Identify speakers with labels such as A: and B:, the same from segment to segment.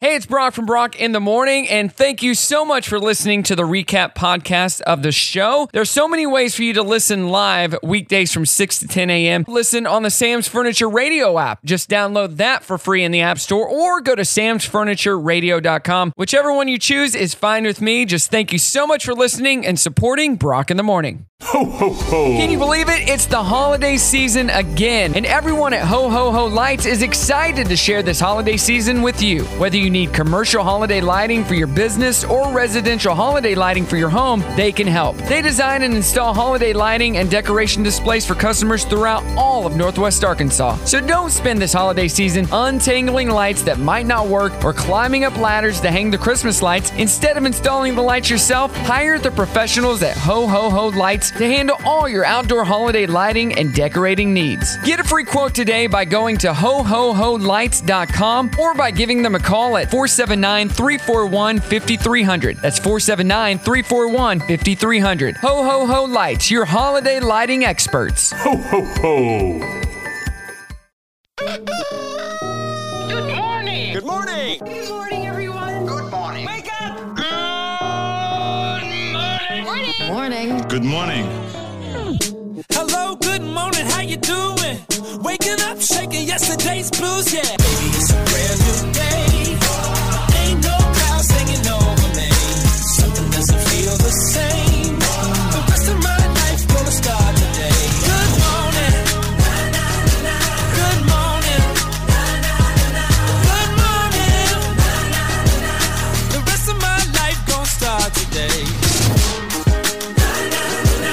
A: Hey, it's Brock from Brock in the Morning, and thank you so much for listening to the recap podcast of the show. There's so many ways for you to listen live weekdays from 6 to 10 a.m. Listen on the Sam's Furniture Radio app. Just download that for free in the App Store or go to samsfurnitureradio.com. Whichever one you choose is fine with me. Just thank you so much for listening and supporting Brock in the Morning.
B: Ho, ho, ho.
A: Can you believe it? It's the holiday season again, and everyone at Ho Ho Ho Lights is excited to share this holiday season with you. Whether you need commercial holiday lighting for your business or residential holiday lighting for your home, they can help. They design and install holiday lighting and decoration displays for customers throughout all of Northwest Arkansas. So don't spend this holiday season untangling lights that might not work or climbing up ladders to hang the Christmas lights. Instead of installing the lights yourself, hire the professionals at Ho Ho Ho Lights to handle all your outdoor holiday lighting and decorating needs. Get a free quote today by going to hohoholights.com or by giving them a call at 479 341 5300. That's 479 341 5300. Ho Ho Ho Lights, your holiday lighting experts.
B: Ho, ho, ho.
C: Good morning. Good
D: morning.
C: Good morning, everyone. Good morning. Wake up. Good morning. Morning.
E: Morning.
B: Good morning.
F: Hello, good morning, how you doing? Waking up, shaking yesterday's blues, yeah. Baby, it's a brand new day. Ain't no clouds hanging over me. Something doesn't feel the same. The rest of my life gonna start today. Good morning. Good morning. Good morning. The rest of my life gonna start today.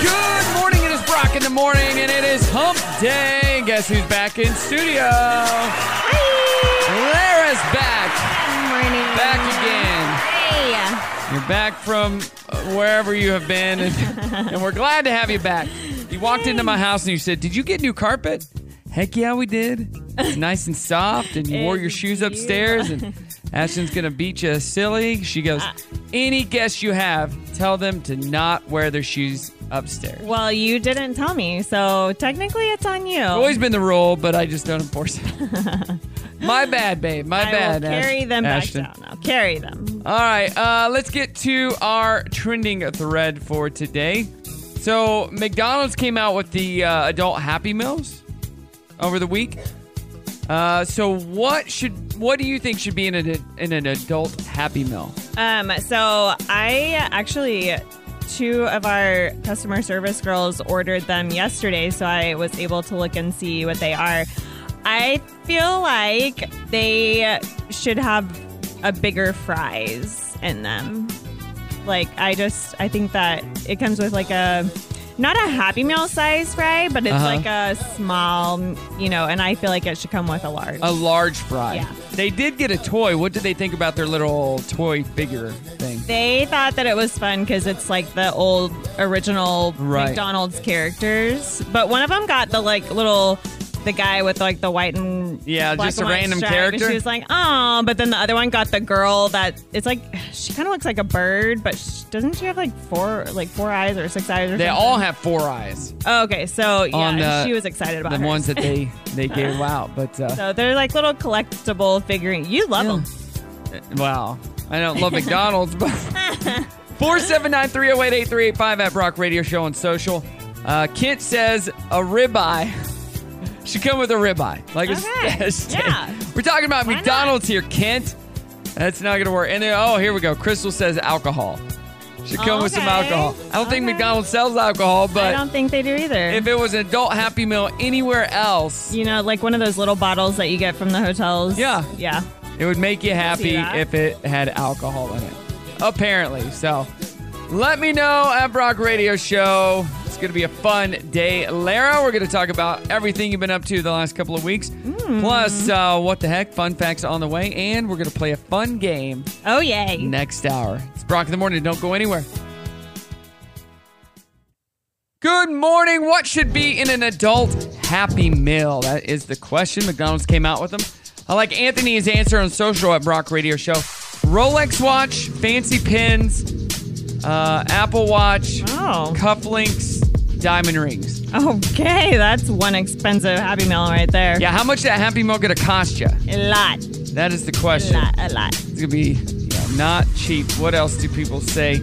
A: Good morning, it is Brock in the morning, and it is hump day. Guess who's back in studio? Lara's back.
E: Morning.
A: Back again.
E: Hey.
A: You're back from uh, wherever you have been, and, and we're glad to have you back. You walked into my house and you said, "Did you get new carpet?" Heck yeah, we did. It's nice and soft, and you wore your shoes upstairs. And Ashton's gonna beat you silly. She goes, "Any guest you have, tell them to not wear their shoes upstairs."
G: Well, you didn't tell me, so technically it's on you.
A: Always been the rule, but I just don't enforce it. my bad, babe. My
G: I
A: bad.
G: will carry
A: Ash-
G: them back
A: Ashton.
G: down now. Carry them.
A: All right, uh, let's get to our trending thread for today. So McDonald's came out with the uh, adult Happy Meals over the week. Uh, so what should what do you think should be in an in an adult Happy Meal?
G: Um, so I actually two of our customer service girls ordered them yesterday, so I was able to look and see what they are. I feel like they should have a bigger fries in them. Like I just I think that it comes with like a not a happy meal size fry, but it's
A: Uh-huh.
G: like a small, you know, and I feel like it should come with a large.
A: A large fry.
G: Yeah.
A: They did get a toy. What did they think about their little toy figure thing?
G: They thought that it was fun because it's like the old original
A: Right.
G: McDonald's characters. But one of them got the like little, the guy with like the white and
A: Yeah,
G: black
A: just
G: and
A: a
G: white
A: random
G: stripe, and
A: character?
G: She was like, oh, but then the other one got the girl that it's like she kind of looks like a bird, but sh doesn't she have like four like four eyes or six eyes or
A: They
G: something?
A: all have four eyes.
G: Oh, okay, so yeah,
A: On the-
G: she was excited about
A: The
G: hers.
A: ones that they they gave out, but uh,
G: So they're like little collectible figurines. You love them.
A: Wow. I don't love McDonald's, but 479 308 8385 at Brock Radio Show on social. Uh, Kit says a ribeye should come with a ribeye. Like a
G: Okay.
A: steak.
G: Yeah.
A: We're talking about
G: Why not?
A: McDonald's here, Kent. That's not going to work. And then, oh, here we go. Crystal says alcohol. Should come with some
G: Okay.
A: alcohol. I don't think
G: Okay.
A: McDonald's sells alcohol,
G: I
A: but
G: don't think they do either.
A: if it was an adult Happy Meal anywhere else,
G: You know, like one of those little bottles that you get from the hotels.
A: Yeah.
G: Yeah.
A: It would make you happy
G: that?
A: if it had alcohol in it. Apparently. So let me know at Brock Radio Show. It's going to be a fun day. Lara, we're going to talk about everything you've been up to the last couple of weeks. Plus, uh, what the heck, fun facts on the way. And we're going to play a fun game
G: Oh, yay.
A: next hour. It's Brock in the morning. Don't go anywhere. Good morning. What should be in an adult happy meal? That is the question. McDonald's came out with them. I like Anthony's answer on social at Brock Radio Show. Rolex watch, fancy pins, uh, Apple Watch,
G: Oh.
A: cufflinks, diamond rings.
G: Okay. That's one expensive Happy Meal right there.
A: Yeah, how much that happy meal gonna cost you?
G: A lot.
A: That is the
G: A
A: question.
G: lot. A lot.
A: to be you know, not cheap. What else do people say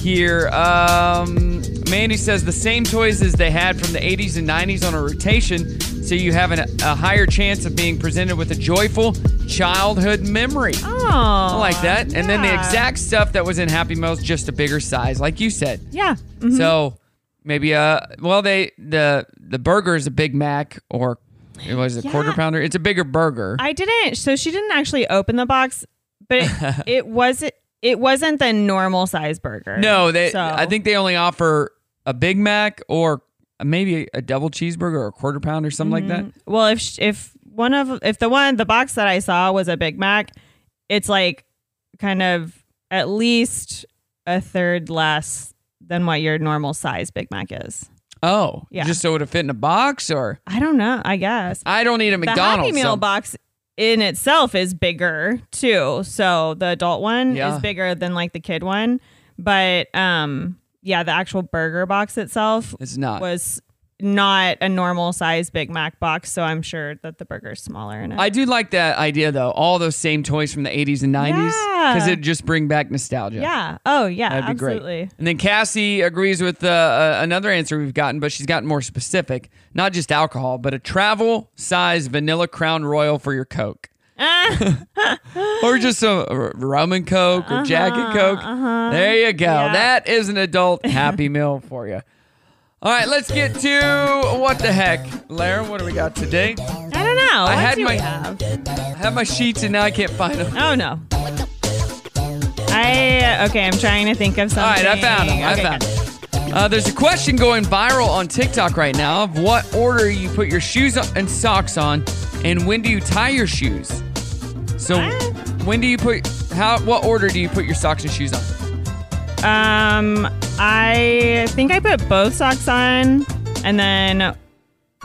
A: here? Um, Mandy says the same toys as they had from the 80s and 90s on a rotation, so you have an, a higher chance of being presented with a joyful childhood memory.
G: Oh,
A: I like that. And then the
G: yeah.
A: exact stuff that was in Happy Meals, just a bigger size, like you said.
G: Yeah. Mhm.
A: So maybe uh well they the the burger is a Big Mac or it was a
G: Yeah.
A: quarter pounder. It's a bigger burger.
G: I didn't. So she didn't actually open the box, but it, it wasn't. It wasn't the normal size burger.
A: no, they
G: So-
A: I think they only offer a Big Mac or maybe a double cheeseburger or a quarter pounder something like that.
G: Well, if sh- if one of if the one the box that I saw was a Big Mac, it's like kind of at least a third less than what your normal size Big Mac is.
A: Oh,
G: Yeah.
A: just so it would fit in a box or
G: I don't know. I guess
A: I don't eat a McDonald's.
G: the Happy Meal
A: so-
G: box in itself is bigger too. So the adult one
A: Yeah.
G: is bigger than like the kid one, but um yeah, the actual burger box itself
A: It's not.
G: was not a normal size Big Mac box, so I'm sure that the burger's smaller in it.
A: I do like that idea though. All those same toys from the 80s and 90s cuz
G: Yeah.
A: it just bring back nostalgia.
G: yeah. Oh yeah.
A: That'd be
G: absolutely.
A: great. And then Cassie agrees with uh, uh, another answer we've gotten, but she's gotten more specific. Not just alcohol, but a travel size vanilla Crown Royal for your Coke. or just a r- rum and Coke or
G: Uh-huh,
A: jacket Coke. There you go. That is an adult happy meal for you. All right, let's get to what the heck, Laren. What do we got today?
G: I don't know. What
A: had
G: do
A: my-
G: we have?
A: I have my sheets and now I can't find them.
G: Oh no. I okay. I'm trying to think of something.
A: All right, I found him. I
G: Okay,
A: found
G: good.
A: him. Uh, there's a question going viral on TikTok right now of what order you put your shoes on- and socks on, and when do you tie your shoes? So,
G: What?
A: when do you put how? What order do you put your socks and shoes on?
G: Um, I think I put both socks on, and then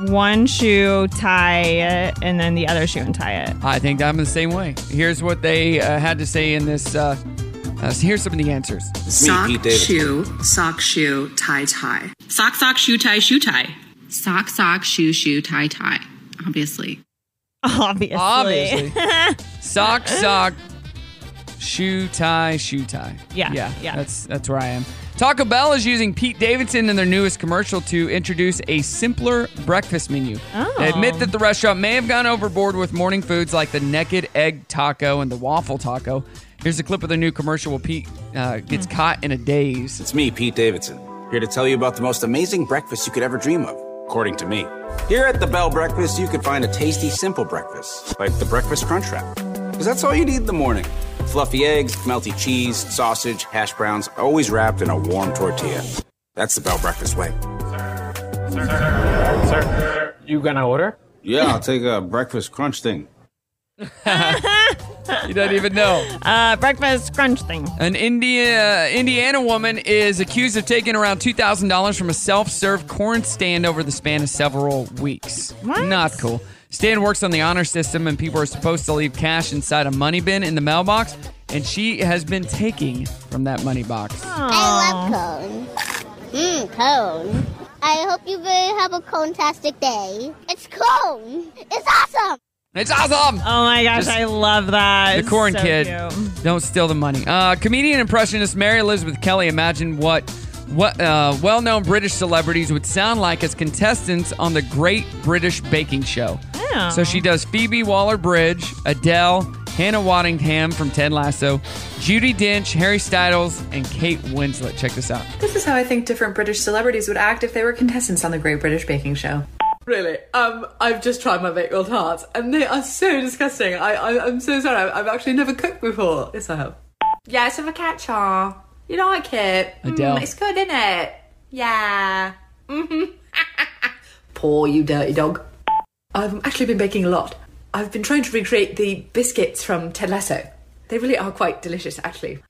G: one shoe tie it, and then the other shoe and tie it.
A: I think I'm the same way. Here's what they uh, had to say in this. Uh, uh, here's some of the answers.
D: Sock,
E: Pete Davidson.
D: shoe, sock, shoe, tie, tie.
H: Sock, sock, shoe tie, shoe tie.
I: Sock, sock, shoe, shoe, tie, tie. Obviously.
G: Obviously.
A: Obviously, sock, sock, shoe tie, shoe tie.
G: Yeah,
A: yeah,
G: yeah.
A: That's that's where I am. Taco Bell is using Pete Davidson in their newest commercial to introduce a simpler breakfast menu.
G: Oh.
A: They admit that the restaurant may have gone overboard with morning foods like the naked egg taco and the waffle taco. Here's a clip of the new commercial where Pete uh,
G: Hmm.
A: gets caught in a daze.
E: It's me, Pete Davidson, here to tell you about the most amazing breakfast you could ever dream of, according to me. Here at the Bell Breakfast, you can find a tasty, simple breakfast, like the Breakfast Crunch Wrap. Because that's all you need in the morning fluffy eggs, melty cheese, sausage, hash browns, always wrapped in a warm tortilla. That's the Bell Breakfast way.
J: You gonna order?
E: Yeah, I'll take a breakfast crunch thing.
A: You don't even know.
G: Uh, breakfast crunch thing.
A: An India, Indiana woman is accused of taking around $2,000 from a self serve corn stand over the span of several weeks.
G: What?
A: Not cool. Stan works on the honor system, and people are supposed to leave cash inside a money bin in the mailbox, and she has been taking from that money box.
K: I love cone. Mmm, cone. I hope you will have a cone-tastic day. It's cone. It's awesome.
A: It's awesome!
G: Oh my gosh,
A: Just
G: I love that.
A: the
G: It's
A: corn
G: so
A: kid.
G: cute.
A: Don't steal the money. Uh, comedian impressionist Mary Elizabeth Kelly imagined what what uh, well-known British celebrities would sound like as contestants on the Great British Baking Show.
G: Oh.
A: So she does Phoebe Waller-Bridge, Adele, Hannah Waddingham from Ted Lasso, Judy Dench, Harry Styles, and Kate Winslet. Check this out.
L: This is how I think different British celebrities would act if they were contestants on the Great British Baking Show. Really, um, I've just tried my baked world tarts, and they are so disgusting. I, I, I'm so sorry. I've, I've actually never cooked before. Yes, I have. Yeah, it's a focaccia. You like it?
A: Adele.
L: good, isn't it? Yeah. Poor you, dirty dog. I've actually been baking a lot. I've been trying to recreate the biscuits from Ted Lasso. They really are quite delicious, actually.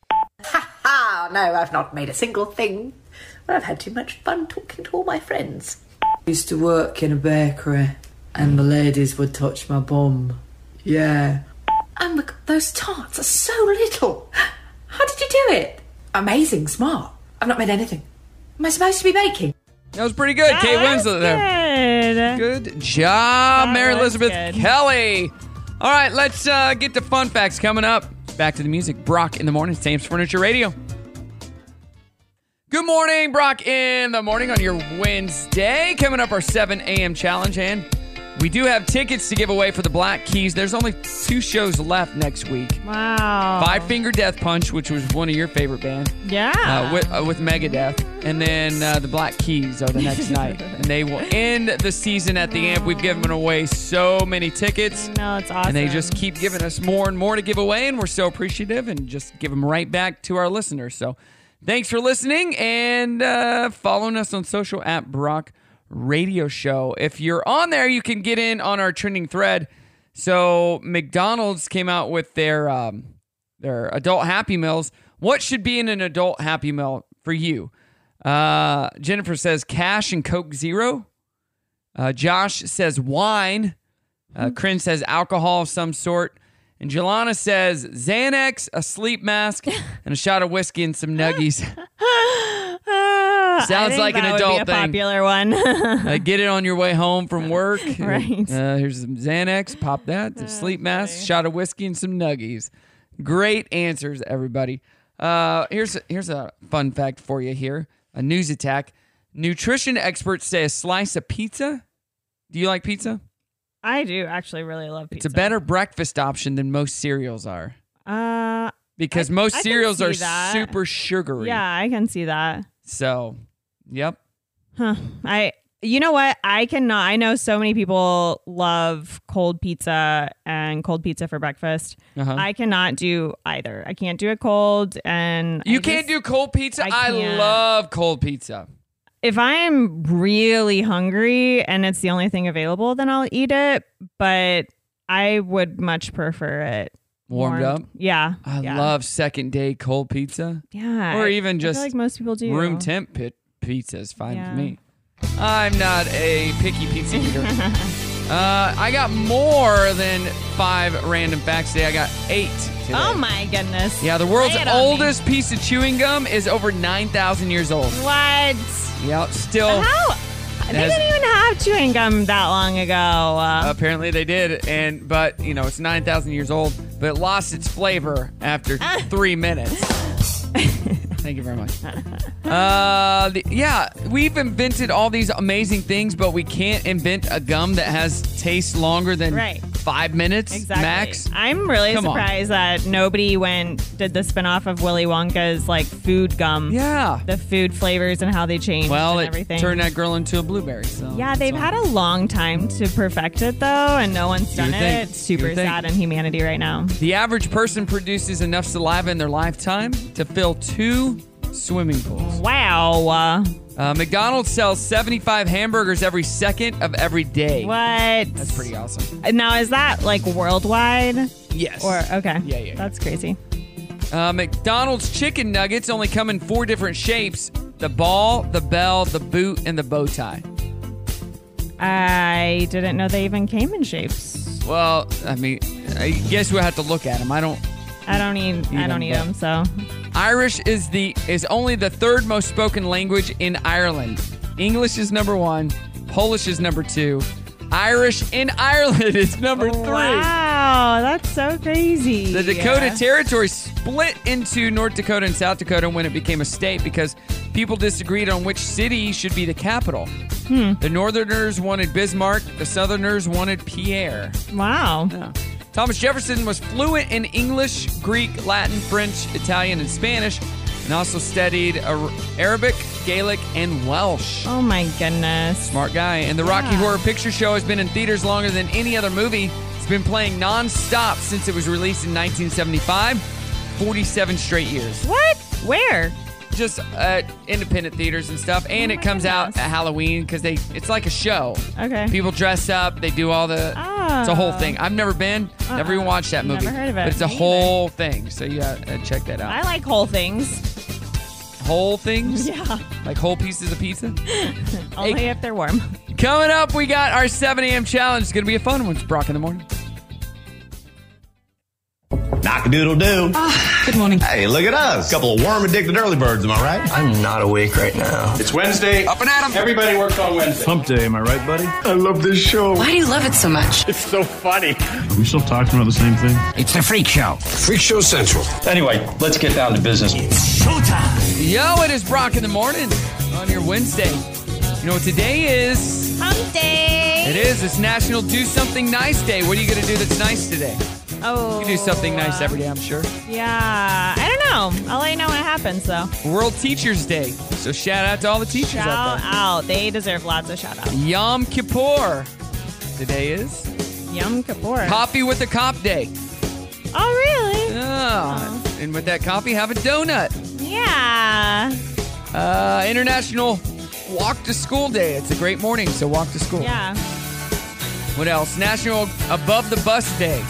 L: Ah, no, I've not made a single thing. But I've had too much fun talking to all my friends. I used to work in a bakery, and the ladies would touch my bum. Yeah. Oh my god, those tarts are so little. How did you do it? Amazing, smart. I've not made anything. Am I supposed to be baking?
A: That was pretty good, Kate
G: That's
A: Winslet there.
G: good.
A: Good job, Mary
G: was
A: Elizabeth
G: good.
A: Kelly. All right, let's uh, get to fun facts coming up. Back to the music. Brock in the morning, Sam's Furniture Radio. Good morning, Brock in the morning on your Wednesday. Coming up, our 7 a.m. challenge. And we do have tickets to give away for the Black Keys. There's only two shows left next week
G: Wow.
A: Five Finger Death Punch, which was one of your favorite bands.
G: Yeah.
A: Uh, with, uh, with Megadeth. And then uh, the Black Keys are the next night. And they will end the season at the amp. We've given away so many tickets.
G: No, it's awesome.
A: And they just keep giving us more and more to give away, and we're so appreciative and just give them right back to our listeners. So thanks for listening and uh, following us on social at Brock Radio Show. If you're on there, you can get in on our trending thread. So McDonald's came out with their um, their adult Happy Meals. What should be in an adult Happy Meal for you? Uh, Jennifer says cash and Coke Zero. Uh, Josh says wine. Uh, Kryn says alcohol of some sort. And Jelana says Xanax, a sleep mask, and a shot of whiskey and some nuggies.
G: I
A: Sounds
G: think
A: like an
G: that would be
A: adult
G: a
A: thing.
G: popular one.
A: Uh, get it on your way home from work.
G: Right.
A: Uh, here's some Xanax. Pop that. Some sleep mask, shot of whiskey, and some nuggies. Great answers, everybody. Uh, here's here's a fun fact for you. Here, a news attack. Nutrition experts say a slice of pizza. Do you like pizza?
G: I do actually really love pizza.
A: It's a better breakfast option than most cereals are.
G: Uh,
A: Because
G: I-
A: most
G: I can
A: cereals
G: see
A: are
G: that.
A: super sugary.
G: yeah, I can see that.
A: So, yep.
G: Huh. I you know what? I cannot I know so many people love cold pizza and cold pizza for breakfast.
A: Uh-huh.
G: I cannot do either. I can't do it cold and
A: You
G: I
A: can't
G: just-
A: do cold pizza. I,
G: I can't.
A: love cold pizza.
G: if I am really hungry and it's the only thing available, then I'll eat it, but I would much prefer it
A: Warmed up?
G: Yeah.
A: I
G: yeah.
A: love second day cold pizza.
G: yeah.
A: Or
G: I-
A: even
G: I feel
A: just
G: like most people do
A: Room temp pit pizza is fine
G: Yeah.
A: with me. I'm not a picky pizza eater. uh, I got more than five random facts today. I got eight today.
G: Oh my goodness.
A: Yeah, the world's
G: Lay it on me.
A: oldest piece of chewing gum is over 9,000 years old.
G: What?
A: Yeah, still.
G: How? They
A: Oh. has-
G: didn't even have chewing gum that long ago. Uh,
A: Apparently they did, and but you know it's nine thousand years old, but it lost its flavor after three minutes. Thank you very much. Uh, the- yeah, we've invented all these amazing things, but we can't invent a gum that has taste longer than
G: Right.
A: five minutes
G: exactly.
A: max.
G: I'm really
A: Come on.
G: surprised that nobody went did the spinoff of Willy Wonka's like food gum.
A: Yeah.
G: The food flavors and how they changed
A: Well,
G: and
A: it
G: everything.
A: turned that girl into a blueberry. So
G: yeah, they've had a long time to perfect it though, and no one's
A: You would
G: done
A: think.
G: it. It's
A: You
G: super
A: would think.
G: sad in humanity right now.
A: The average person produces enough saliva in their lifetime to fill two swimming pools.
G: Wow. Uh,
A: Uh, McDonald's sells 75 hamburgers every second of every day.
G: What? That's
A: Pretty awesome.
G: Now is that like worldwide?
A: Yes.
G: Or uh, okay.
A: Yeah, yeah, yeah.
G: That's crazy.
A: Uh, McDonald's chicken nuggets only come in four different shapes the ball, the bell, the boot, and the bow tie.
G: I didn't know they even came in shapes.
A: Well, I mean, I guess we'll have to look at them. I don't.
G: I don't eat. I
A: Even,
G: don't eat
A: but-
G: them. So
A: Irish is the is only the third most spoken language in Ireland. English is number one. Polish is number two. Irish in Ireland is number three.
G: wow, that's so crazy.
A: The Dakota Territory split into North Dakota and South Dakota when it became a state because people disagreed on which city should be the capital. The Northerners wanted Bismarck, the Southerners wanted Pierre.
G: Wow.
A: Thomas Jefferson was fluent in English, Greek, Latin, French, Italian, and Spanish, and also studied Ar- Arabic, Gaelic, and Welsh.
G: Oh my goodness.
A: Smart guy. And the Rocky Horror Picture Show has been in theaters longer than any other movie. It's been playing nonstop since it was released in 1975, 47 straight years.
G: What? Where?
A: Just at independent theaters and stuff. And it comes out at Halloween because they it's like a show.
G: Mm, Okay.
A: People dress up. They do all the. It's a whole
G: Oh.
A: thing. I've never been, never even watched that
G: Uh-uh. Never
A: movie.
G: heard of it.
A: But it's a
G: Me
A: whole thing. So you gotta uh, check that out.
G: I like whole things.
A: whole things?
G: Yeah.
A: Like whole pieces of pizza?
G: Only if they're warm.
A: Coming up, we got our 7 a.m. challenge. It's going to be a fun one. It's Brock in the morning.
M: Knock doodle doo.
N: Ah,
M: Good morning. Hey, look at us. Couple of worm addicted early birds, am I right? I'm not awake right now. It's Wednesday. Up and at 'em. Everybody works on Wednesday.
N: Hump day, am I right, buddy?
M: I love this show.
N: Why do you love it so much?
M: It's so funny.
N: Are we still talking about the same thing? It's the freak show.
M: Freak Show Central. Anyway, let's get down to business.
A: Yo, it is Brock in the morning on your Wednesday. You know what today is?
G: Hump day.
A: It is. It's National Do Something Nice Day. What are you going to do that's nice today?
G: Oh.
A: You can do something nice every day, I'm sure.
G: Yeah. I don't know. I'll let you know what happens, though.
A: World Teachers Day. So shout out to all the teachers out
G: Shout
A: there.
G: out. They deserve lots of shout outs.
A: Yom Kippur. Today is
G: Yum Kapoor.
A: Coffee with a Cop Day.
G: Oh, really?
A: Yeah. And with that coffee, have a donut.
G: Yeah.
A: Uh, International Walk to School Day. It's a great morning, so walk to school.
G: Yeah.
A: What else? National Above the Bus Day.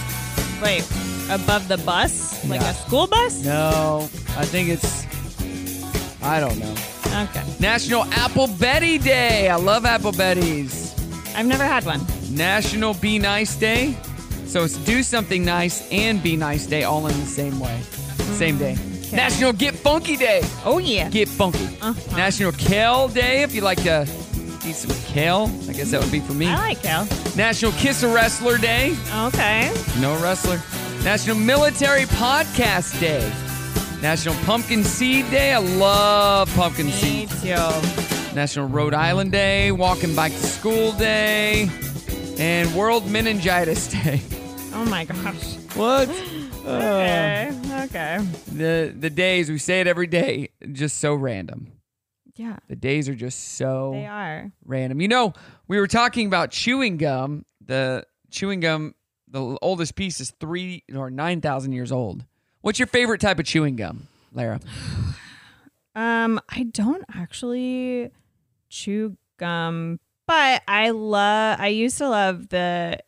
G: Wait. Above the bus? Like
A: Yeah.
G: a school bus?
A: No, I think it's. I don't know.
G: Okay.
A: National Apple Betty Day. I love Apple Betties.
G: I've never had one.
A: National Be Nice Day. So it's Do Something Nice and Be Nice Day all in the same way. Same day. National Get Funky Day.
G: Oh, yeah.
A: Get Funky.
G: Uh-huh.
A: National Kale Day if you like to eat some kale. I guess that would be for me.
G: I like kale.
A: National Kiss a Wrestler Day.
G: Okay.
A: No wrestler. National Military Podcast Day. National Pumpkin Seed Day. I love pumpkin seeds. National Rhode Island Day. Walking Bike to School Day. And World Meningitis Day.
G: Oh, my gosh.
A: What?
G: Oh. Okay. Okay.
A: The the days we say it every day, just so random.
G: Yeah.
A: The days are just so
G: They are.
A: random. You know, we were talking about chewing gum. The chewing gum, the oldest piece is three or nine thousand years old. What's your favorite type of chewing gum, Lara?
G: Um, I don't actually chew gum, but I love. I used to love the.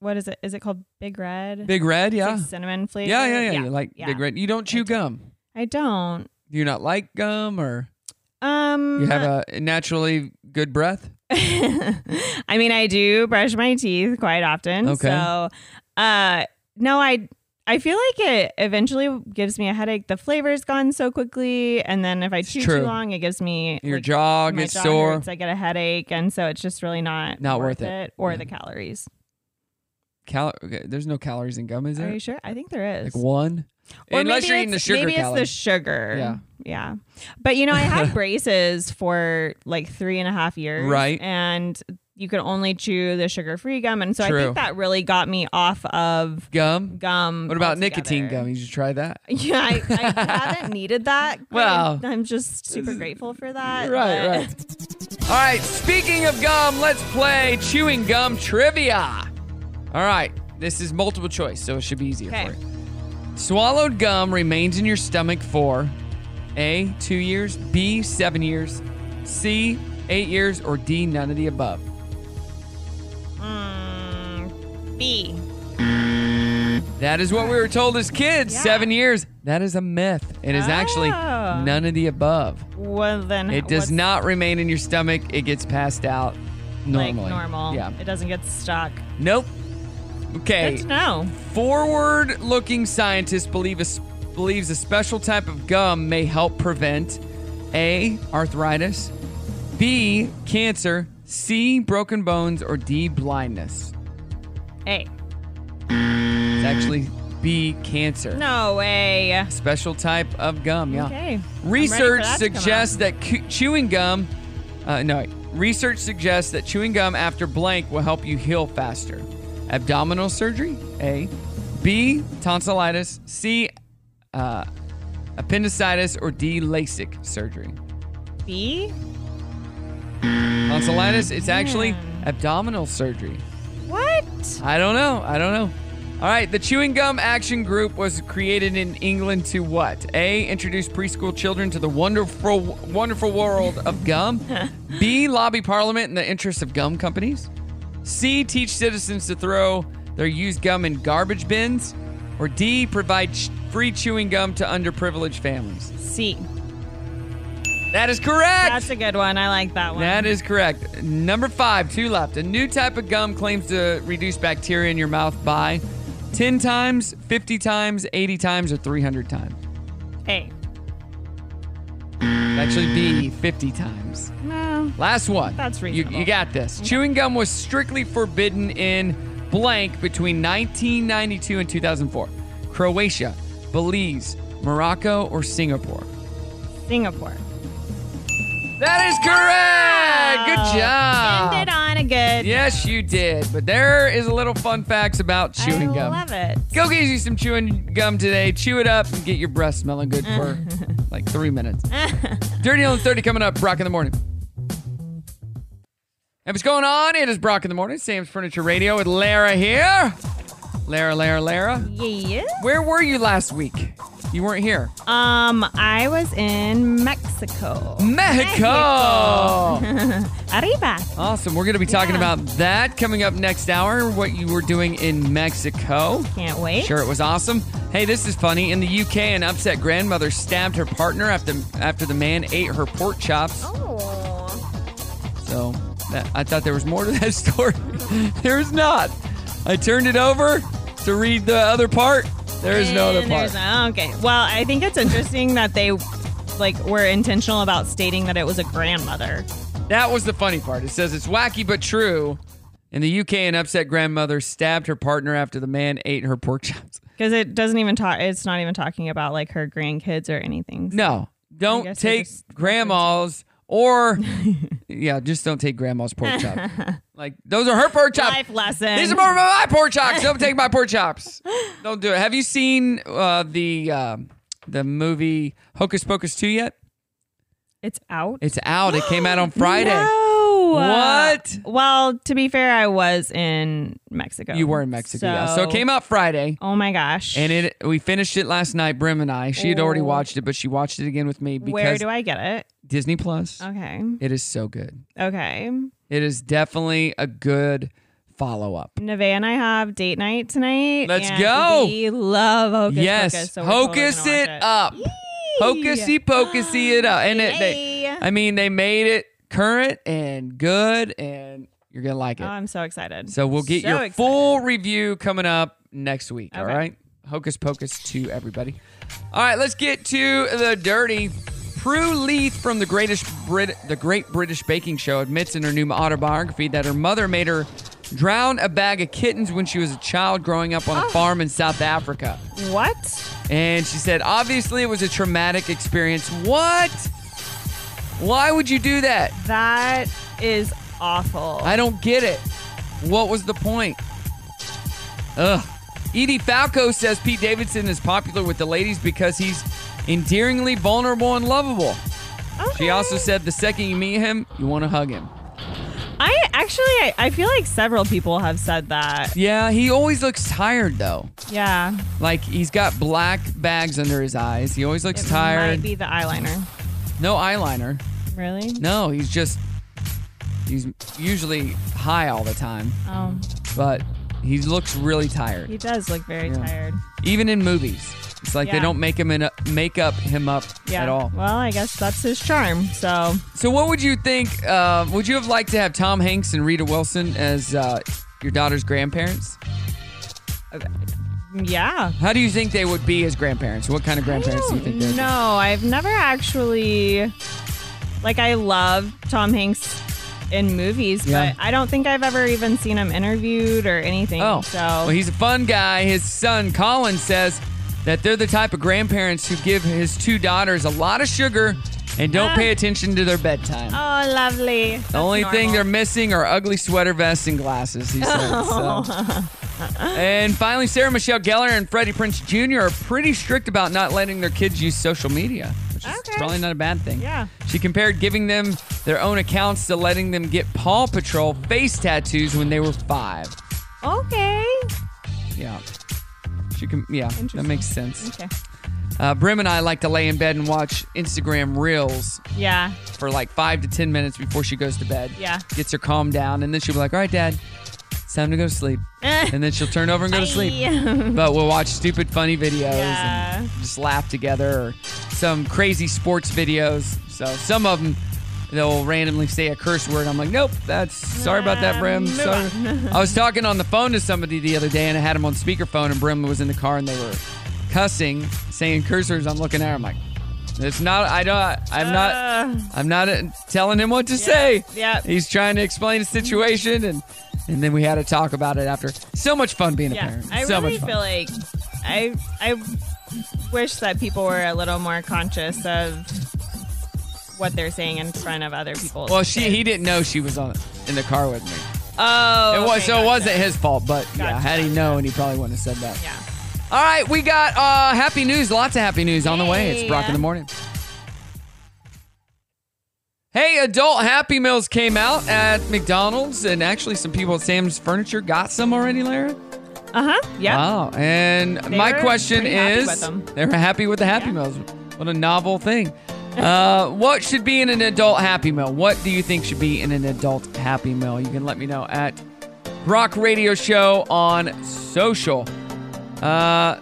G: What is it? Is it called Big Red?
A: Big Red,
G: It's
A: yeah.
G: like cinnamon flavor.
A: Yeah, yeah, yeah. you like big red. You don't chew gum.
G: I don't.
A: Do you not like gum, or
G: Um,
A: you have a naturally good breath?
G: I mean, I do brush my teeth quite often.
A: Okay.
G: So, uh, no, I I feel like it eventually gives me a headache. The flavor's gone so quickly, and then if I chew
A: true.
G: too long, it gives me
A: Your jaw
G: my
A: gets
G: jaw
A: sore.
G: hurts, I get a headache, and so it's just really not
A: Not worth it.
G: or the calories.
A: Cal- okay, there's no calories in gum, is there?
G: Are you sure? I think there is.
A: Like one,
G: Or
A: unless
G: maybe
A: you're eating the
G: it's-
A: sugar.
G: maybe it's the
A: calories.
G: sugar.
A: Yeah.
G: Yeah. But you know, I had braces for like three and a half years.
A: Right.
G: And you could only chew the sugar free gum. And so I
A: True.
G: think that really got me off of
A: Gum.
G: gum.
A: What about
G: altogether.
A: nicotine gum? You should try that.
G: Yeah, I, I haven't needed that.
A: Wow.
G: I'm, I'm just super grateful for that.
A: Right,
G: but-
A: right. All right, speaking of gum, let's play chewing gum trivia. All right, this is multiple choice, so it should be easier
G: Okay.
A: for you. Swallowed gum remains in your stomach for A, two years, B, seven years, C, eight years, or D, none of the above.
G: Mm, B.
A: That is what we were told as kids seven years. That is a myth. It is actually
G: Oh.
A: none of the above.
G: Well, then
A: It does
G: what's,
A: not remain in your stomach, it gets passed out normally.
G: Like normal.
A: Yeah.
G: It doesn't get stuck.
A: Nope. Okay.
G: Good to know.
A: Forward-looking scientists believe a, believes a special type of gum may help prevent A. arthritis, B. cancer, C. broken bones, or D. blindness.
G: A.
A: It's actually B. cancer.
G: Mm. No way.
A: Special type of gum. Yeah.
G: Okay. I'm ready for
A: Research
G: that to come
A: suggests that cu- chewing gum. Uh, no, wait. research suggests that chewing gum after blank will help you heal faster. Abdominal surgery, A. B. Tonsillitis, C. Uh, appendicitis, or D. LASIK surgery.
G: B?
A: Tonsillitis, it's actually
G: Hmm.
A: abdominal surgery.
G: What?
A: I don't know. I don't know. All right, the Chewing Gum Action Group was created in England to what? A. Introduce preschool children to the wonderful, wonderful world of gum. B. Lobby Parliament in the interests of gum companies. C. Teach citizens to throw their used gum in garbage bins. Or D. Provide ch- free chewing gum to underprivileged families.
G: C.
A: That is correct.
G: That's a good one. I like that one.
A: That is correct. Number five, two left. A new type of gum claims to reduce bacteria in your mouth by 10 times, 50 times, 80 times, or 300 times?
G: Hey.
A: It'd actually be 50 times.
G: No.
A: Last one.
G: Mm. That's
A: You-
G: reasonable.
A: You, got this. Chewing gum was strictly forbidden in blank between 1992 and 2004. Croatia, Belize, Morocco, or Singapore?
G: Singapore.
A: That is correct. Good job.
G: Ended on a good.
A: Yes, you did. But there is a little fun facts about chewing
G: I
A: gum.
G: love it.
A: Go get you some chewing gum today. Chew it up and get your breath smelling good for like three minutes. Dirty on 30 coming up, Brock in the morning. Hey, what's going on? It is Brock in the morning, Sam's Furniture Radio with Lara here. Lara, Lara, Lara.
G: Yeah.
A: Where were you last week? You weren't here.
G: Um, I was in Mexico.
A: Mexico.
G: Mexico. Arriba.
A: Awesome. We're going to be talking about that coming up next hour, what you were doing in Mexico.
G: Can't wait.
A: Sure, it was awesome. Hey, this is funny. In the UK, an upset grandmother stabbed her partner after after the man ate her pork chops.
G: Oh.
A: So that, I thought there was more to that story. there is not. I turned it over to read the other part. There is no other
G: And Eh, there's
A: part.
G: no- okay. Well, I think it's interesting that they like were intentional about stating that it was a grandmother.
A: That was the funny part. It says it's wacky but true. In the UK, an upset grandmother stabbed her partner after the man ate her pork chops.
G: Because it doesn't even talk. It's not even talking about like her grandkids or anything.
A: No, don't
G: guess they're
A: take
G: just-
A: grandma's or yeah, just don't take grandma's pork chop. like those are her pork chops.
G: Life lesson.
A: These are more of my pork chops. Don't take my pork chops. Don't do it. Have you seen uh, the um the movie Hocus Pocus two yet?
G: It's out.
A: It's out. It came out on Friday.
G: No.
A: What?
G: Well, to be fair, I was in Mexico.
A: You were in Mexico, yeah. So it came out Friday.
G: Oh my gosh.
A: And it we finished it last night. Brim and I. She had already watched it, but she watched it again with me because
G: Oh. Where do I Oh. get it?
A: Disney Plus.
G: Okay.
A: It is so good.
G: Okay.
A: It is definitely a good follow up.
G: Neve and I have date night tonight.
A: Let's
G: and
A: go.
G: We love Hocus
A: yes,
G: Pocus. so we're totally
A: hocus
G: gonna
A: it, up, hocusy pocusy it up, and it. They,
G: Yay.
A: I mean, they made it current and good, and you're gonna like it.
G: Oh, I'm so excited.
A: so we'll get
G: so
A: your
G: excited.
A: full review coming up next week. All
G: Okay.
A: right, hocus pocus to everybody. All right, let's get to the dirty. Prue Leith from the greatest Brit- the Great British Baking Show admits in her new autobiography that her mother made her drown a bag of kittens when she was a child growing up
G: Oh.
A: on a farm in South Africa.
G: What?
A: And she said, obviously, it was a traumatic experience. What? Why would you do that?
G: That is awful.
A: I don't get it. What was the point? Ugh. Edie Falco says Pete Davidson is popular with the ladies because he's endearingly vulnerable and lovable. She also said, the second you meet him, you want to hug him.
G: I actually, I, I feel like several people have said that.
A: Yeah, he always looks tired, though.
G: Yeah.
A: Like, he's got black bags under his eyes. He always looks
G: It
A: tired.
G: Might be the eyeliner.
A: No eyeliner.
G: Really?
A: No, he's just he's usually high all the time,
G: Oh,
A: but he looks really tired.
G: he does look very
A: Yeah.
G: tired.
A: Even in movies, it's like they
G: Yeah.
A: don't make him in a, make up him up
G: Yeah.
A: at all.
G: Well, I guess that's his charm. So
A: So, what would you think? Uh, would you have liked to have Tom Hanks and Rita Wilson as uh, your daughter's grandparents?
G: yeah.
A: How do you think they would be as grandparents? What kind of grandparents do you think they would
G: No, I've never actually like I love Tom Hanks in movies,
A: Yeah.
G: but I don't think I've ever even seen him interviewed or anything.
A: Oh,
G: so
A: well, he's a fun guy. His son Colin says that they're the type of grandparents who give his two daughters a lot of sugar and don't
G: Ah.
A: pay attention to their bedtime.
G: oh lovely.
A: the only thing they're missing are ugly sweater vests and glasses. He said. so. And finally, Sarah Michelle Gellar and Freddie Prince Jr. are pretty strict about not letting their kids use social media, which is probably not a bad thing.
G: Yeah.
A: She compared giving them their own accounts to letting them get Paw Patrol face tattoos when they were five.
G: okay.
A: Yeah. She can. Yeah, that makes sense.
G: Okay.
A: Uh, Brim and I like to lay in bed and watch Instagram reels
G: Yeah.
A: for like five to ten minutes before she goes to bed.
G: Yeah.
A: Gets her calmed down, and then she'll be like, "All right, Dad, it's time to go to sleep." and then she'll turn over and go to sleep.
G: Bye.
A: but we'll watch stupid, funny videos
G: Yeah.
A: and just laugh together, or some crazy sports videos. So some of them they'll randomly say a curse word. I'm like, nope, that's sorry about that, Brim.
G: move
A: Sorry.
G: on.
A: I was talking on the phone to somebody the other day, and I had him on speakerphone, and Brim was in the car, and they were cussing, saying curse words. I'm looking at her, I'm like, it's not. I don't. I'm not. I'm not uh, telling him what to say.
G: yeah.
A: He's trying to explain the situation, and and then we had a talk about it after. So much fun being a
G: yeah,
A: parent.
G: I
A: so
G: really
A: much fun.
G: feel like I I wish that people were a little more conscious of what they're saying in front of other people.
A: well, she he didn't know she was on in the car with me.
G: Oh,
A: it was
G: okay,
A: so it
G: gotcha.
A: wasn't his fault, but yeah, had he known, he probably wouldn't have said that. Yeah. All right, we got uh happy news, lots of happy news on the way. It's Brock in the morning. Hey, adult Happy Meals came out at McDonald's, and actually, some people at Sam's Furniture got some already, Lara.
G: Uh huh. Yeah.
A: Wow. And
G: They
A: my
G: were
A: question
G: pretty happy
A: is
G: with them.
A: they were happy with the Happy Meals. What a novel thing. Uh, what should be in an adult Happy Meal? What do you think should be in an adult Happy Meal? You can let me know at Brock Radio Show on social. Uh,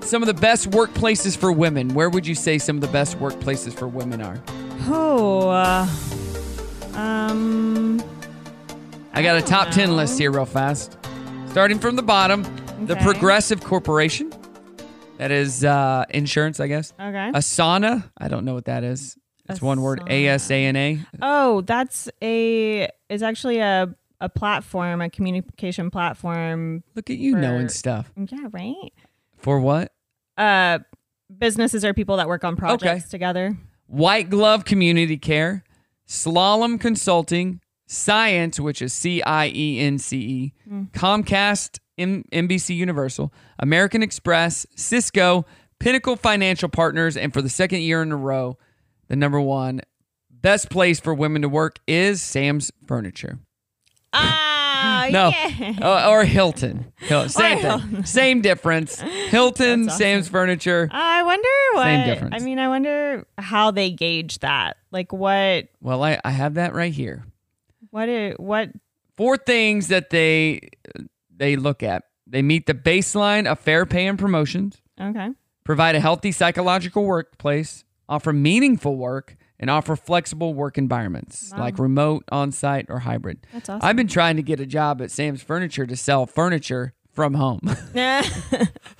A: some of the best workplaces for women. Where would you say some of the best workplaces for women are?
G: Oh. Uh, um.
A: I got a top 10 list here, real fast. Starting from the bottom, the
G: Okay.
A: Progressive Corporation. That is uh, insurance, I guess.
G: Okay.
A: Asana. I don't know what that is. It's one word A S A N A.
G: Oh, that's a is actually a a platform, a communication platform.
A: Look at you knowing stuff.
G: Yeah, right.
A: For what?
G: Uh, businesses are people that work on projects together.
A: White Glove Community Care, Slalom Consulting, Science, which is C I E N C E,
G: Mm.
A: Comcast, M- NBC Universal, American Express, Cisco, Pinnacle Financial Partners, and for the second year in a row, the number one best place for women to work is Sam's Furniture.
G: Oh,
A: no,
G: yeah.
A: Uh, or Hilton. Hil- Same thing.
G: Hilton. Uh,
A: Same difference. Hilton, Sam's Furniture.
G: I wonder what.
A: Same difference.
G: I mean, I wonder how they gauge that. Like what?
A: Well, I, I have that right here.
G: What? i- What?
A: four things that they they look at. They meet the baseline of fair pay and promotions,
G: Okay.
A: provide a healthy psychological workplace, offer meaningful work, and offer flexible work environments
G: Wow.
A: like remote, on-site, or hybrid.
G: That's awesome.
A: I've been trying to get a job at Sam's Furniture to sell furniture from home. a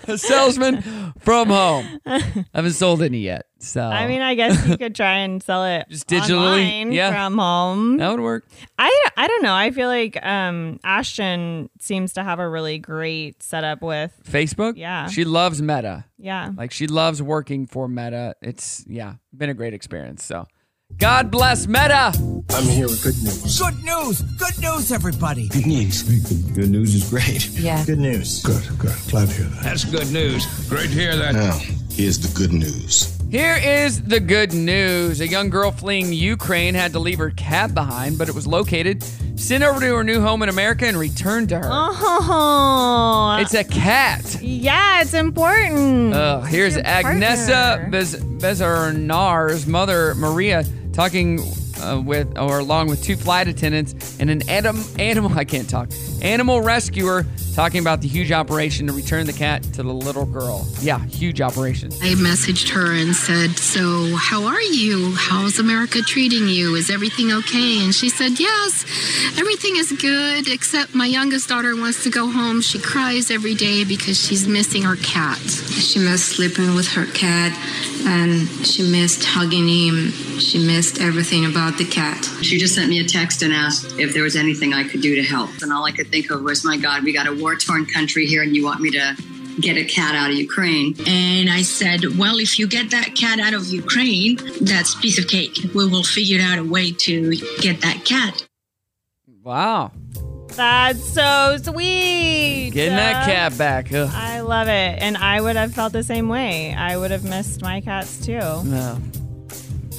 A: salesman from home. I haven't sold any yet. So
G: I mean, I guess you could try and sell it just
A: Oh. digitally, yeah.
G: from home.
A: That would work.
G: I I don't know. I feel like um, Ashton seems to have a really great setup with
A: Facebook?
G: Yeah.
A: She loves Meta.
G: Yeah.
A: Like she loves working for Meta. It's yeah, been a great experience. So God bless Meta. I'm here with good news.
F: Good news! Good news, everybody!
O: Good news. Good, good news is great.
F: Yeah.
O: Good news. Good, good. Glad to hear that.
F: That's good news. Great to hear that.
O: Now, here's the good news.
A: Here is the good news. A young girl fleeing Ukraine had to leave her cab behind, but it was located, sent over to her new home in America, and returned to her.
G: Oh.
A: It's a cat.
G: Yeah, it's important.
A: Oh, here's
G: It's your
A: Agnesa Bez- Bezernar's mother, Maria, talking uh, with or along with two flight attendants and an anim- animal. I can't talk. Animal rescuer talking about the huge operation to return the cat to the little girl. Yeah, huge operation.
H: I messaged her and said, So, how are you? How's America treating you? Is everything okay? And she said, Yes, everything is good, except my youngest daughter wants to go home. She cries every day because she's missing her cat. She missed sleeping with her cat, and she missed hugging him. She missed everything about the cat.
P: She just sent me a text and asked if there was anything I could do to help. And all I could think of was, my God, we got a war torn country here and you want me to get a cat out of Ukraine.
Q: And I said, Well, if you get that cat out of Ukraine, that's piece of cake. We will figure out a way to get that cat.
A: Wow,
G: That's so sweet.
A: getting that
G: Uh,
A: cat back. Ugh.
G: I love it. And I would have felt the same way. I would have missed my cats too.
A: No.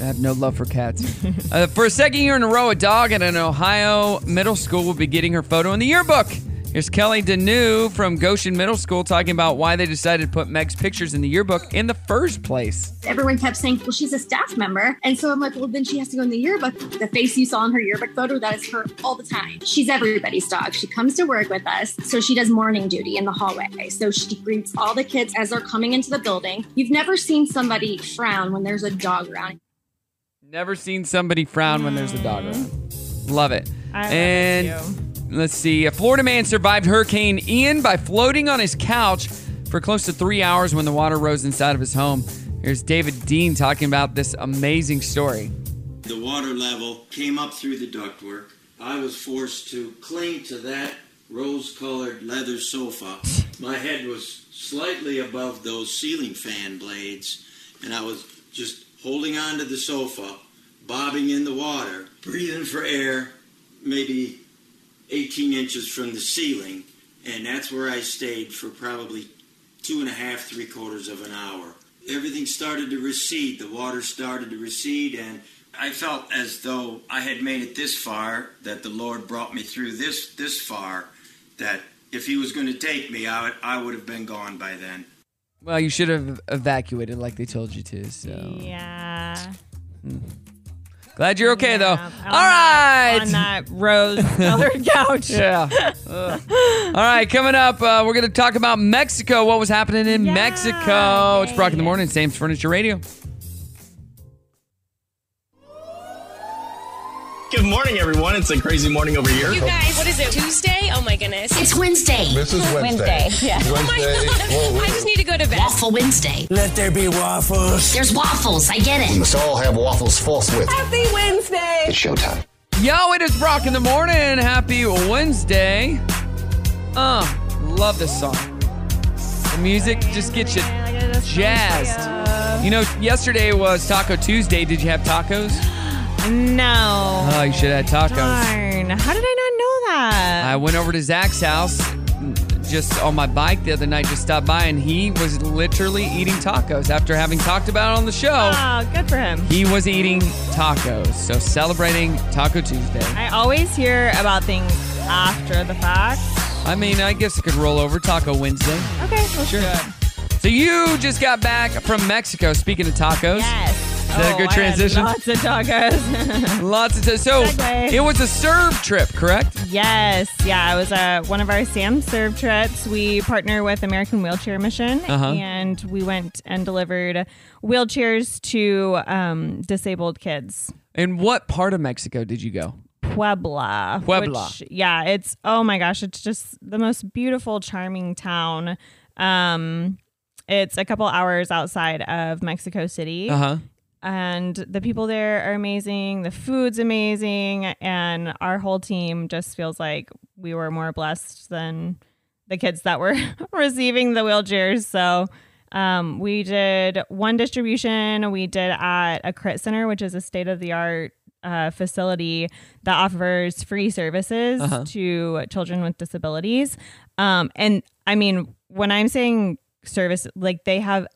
A: I have no love for cats. uh, for a second year in a row, a dog at an Ohio middle school will be getting her photo in the yearbook. Here's Kelly Deneau from Goshen Middle School talking about why they decided to put Meg's pictures in the yearbook in the first place.
R: everyone kept saying, well, she's a staff member. And so I'm like, well, then she has to go in the yearbook. The face you saw in her yearbook photo, that is her all the time. She's everybody's dog. She comes to work with us. So she does morning duty in the hallway. So she greets all the kids as they're coming into the building. You've never seen somebody frown when there's a dog around.
A: Never seen somebody frown when there's a dog around. Love it.
G: I love it
A: and let's see. A Florida man survived Hurricane Ian by floating on his couch for close to three hours when the water rose inside of his home. Here's David Dean talking about this amazing story.
S: The water level came up through the ductwork. I was forced to cling to that rose colored leather sofa. My head was slightly above those ceiling fan blades, and I was just holding on to the sofa, bobbing in the water, breathing for air, maybe 18 inches from the ceiling. And that's where I stayed for probably two and a half, three quarters of an hour. Everything started to recede. The water started to recede, and I felt as though I had made it this far, that the Lord brought me through this this far, that if He was going to take me, I would, I would have been gone by then.
A: Well, you should have evacuated like they told you to. So
G: Yeah.
A: glad you're okay though.
G: All right. On that rose colored couch.
A: Yeah. Ugh. All right, coming up, uh, we're going to talk about Mexico. What was happening in Mexico? It's Brock in the morning. Sam's Furniture Radio.
M: Good morning, everyone. It's a crazy morning over here.
T: You guys, what is it? Tuesday? Oh my goodness.
M: It's Wednesday. This is Wednesday. Wednesday, yeah.
T: Oh my
M: Wednesday.
T: god.
M: Whoa, whoa.
T: I just need to go to bed. Waffle Wednesday.
M: Let there be waffles.
T: There's waffles. I get
M: We must all have waffles forthwith.
T: Happy Wednesday.
M: It's showtime.
A: Yo, it is Brock in the morning. Happy Wednesday. Uh, love this song. The music just gets you jazzed. You know, yesterday was Taco Tuesday. Did you have tacos?
G: No.
A: Oh, you should have had tacos.
G: Darn. How did I not know that?
A: I went over to Zach's house just on my bike the other night, just stopped by, and he was literally eating tacos after having talked about it on the show.
G: Oh, good for him.
A: He was eating tacos. So celebrating Taco Tuesday.
G: I always hear about things after the fact.
A: I mean, I guess it could roll over Taco Wednesday.
G: Okay, well, sure.
A: So you just got back from Mexico. Speaking of tacos, yes. is that
G: Oh,
A: a good
G: I had
A: transition?
G: Lots of tacos.
A: Lots of ta- so
G: Segue.
A: it was a serve trip, correct?
G: Yes, yeah, it was uh, one of our Sam Serve trips. We partner with American Wheelchair Mission,
A: Uh-huh.
G: and we went and delivered wheelchairs to um, disabled kids.
A: In what part of Mexico did you go?
G: Puebla.
A: Puebla.
G: which- yeah, it's oh my gosh, it's just the most beautiful, charming town. Um, it's a couple hours outside of Mexico City.
A: Uh-huh.
G: And the people there are amazing. The food's amazing, and our whole team just feels like we were more blessed than the kids that were receiving the wheelchairs. So um, we did one distribution. We did at a crit center, which is a state of the art uh, facility that offers free services
U: Uh-huh.
G: to children with disabilities. Um, and I mean, when I'm saying service, like they have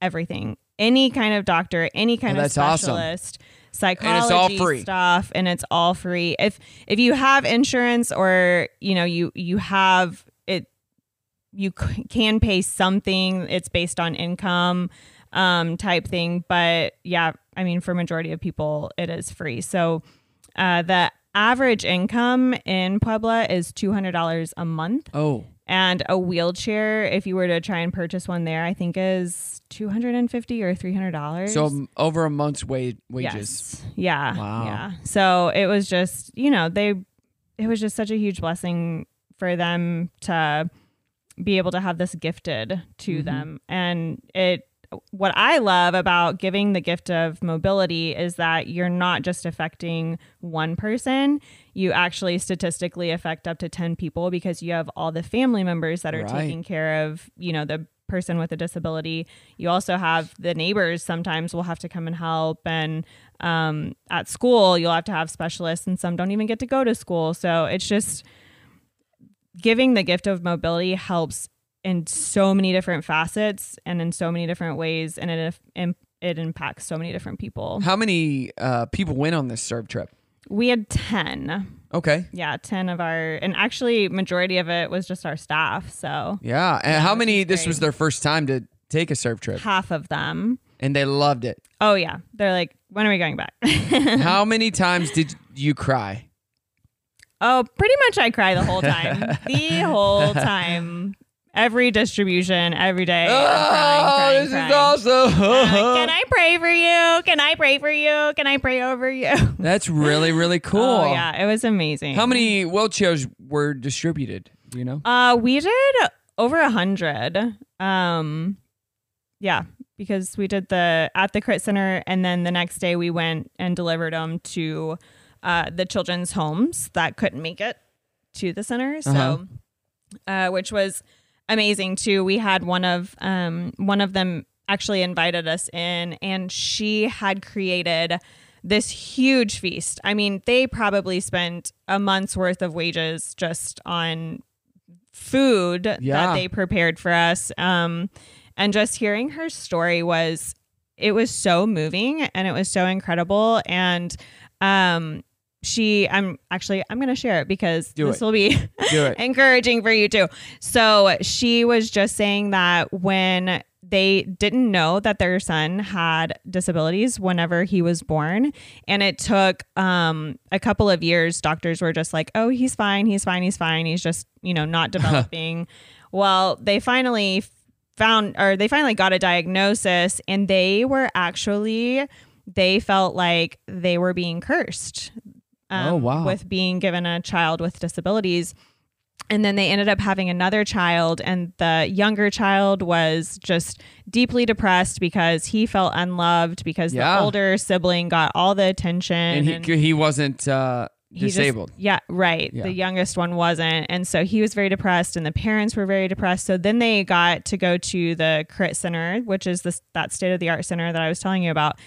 G: everything any kind of doctor, any kind
A: Oh,
G: of
A: that's awesome.
G: specialist.
A: all
G: Psychology
A: free.
G: stuff and it's all free. If if you have insurance or you know you you have it you c- can pay something it's based on income um, type thing but yeah i mean for majority of people it is free so uh, the average income in puebla is $200 a month
A: oh
G: and a wheelchair if you were to try and purchase one there i think is 250 or $300
A: So um, over a month's wa- wages.
G: yeah.
A: Wow.
G: Yeah. So it was just, you know, they, it was just such a huge blessing for them to be able to have this gifted to
V: Mhm.
G: them. And it, what I love about giving the gift of mobility is that you're not just affecting one person. You actually statistically affect up to 10 people because you have all the family members that are
U: Right.
G: taking care of, you know, the person with a disability. You also have the neighbors sometimes will have to come and help. And um, at school, you'll have to have specialists, and some don't even get to go to school. So it's just giving the gift of mobility helps in so many different facets and in so many different ways. And it, im- it impacts so many different people.
A: How many uh, people went on this serve trip?
G: We had 10.
A: Okay.
G: Yeah, 10 of our, and actually, majority of it was just our staff. So
A: Yeah. And how many? This was their first time to take a serve trip,
G: half of them.
A: and they loved it.
G: Oh, yeah. They're like, when are we going back?
A: how many times did you cry?
G: Oh, pretty much I cry the whole time. the whole time. every distribution, every day. I'm
A: Oh,
G: crying, crying,
A: this
G: crying.
A: is awesome.
G: I'm like, Can I pray for you? Can I pray for you? Can I pray over you?
A: That's really, really cool.
G: Oh, yeah, Mm-hmm. it was amazing.
A: How many wheelchairs were distributed? Do you know?
G: Uh, we did over a hundred. Um, yeah, because we did the at the Crit Center, and then the next day we went and delivered them to uh, the children's homes that couldn't make it to the center. So, uh, which was amazing too. We had one of um, one of them actually invited us in, and she had created this huge feast. I mean, they probably spent a month's worth of wages just on food
U: Yeah.
G: that they prepared for us. Um, and just hearing her story was, it was so moving and it was so incredible. And um, she, I'm actually, I'm going to share it because
V: Do
G: this
V: it.
G: will be
V: Do it.
G: encouraging for you too. So she was just saying that when they didn't know that their son had disabilities whenever he was born and it took um a couple of years doctors were just like oh he's fine he's fine he's fine he's just you know not developing well they finally found or they finally got a diagnosis and they were actually they felt like they were being cursed um,
A: Oh, wow.
G: with being given a child with disabilities and then they ended up having another child and the younger child was just deeply depressed because he felt unloved because
A: Yeah.
G: the older sibling got all the attention
A: And
G: and-
A: he, he wasn't uh,
G: he just-
A: disabled.
G: yeah, right.
A: Yeah.
G: The youngest one wasn't. And so he was very depressed and the parents were very depressed. So then they got to go to the Crit Center, which is this that state of the art center that I was telling you about.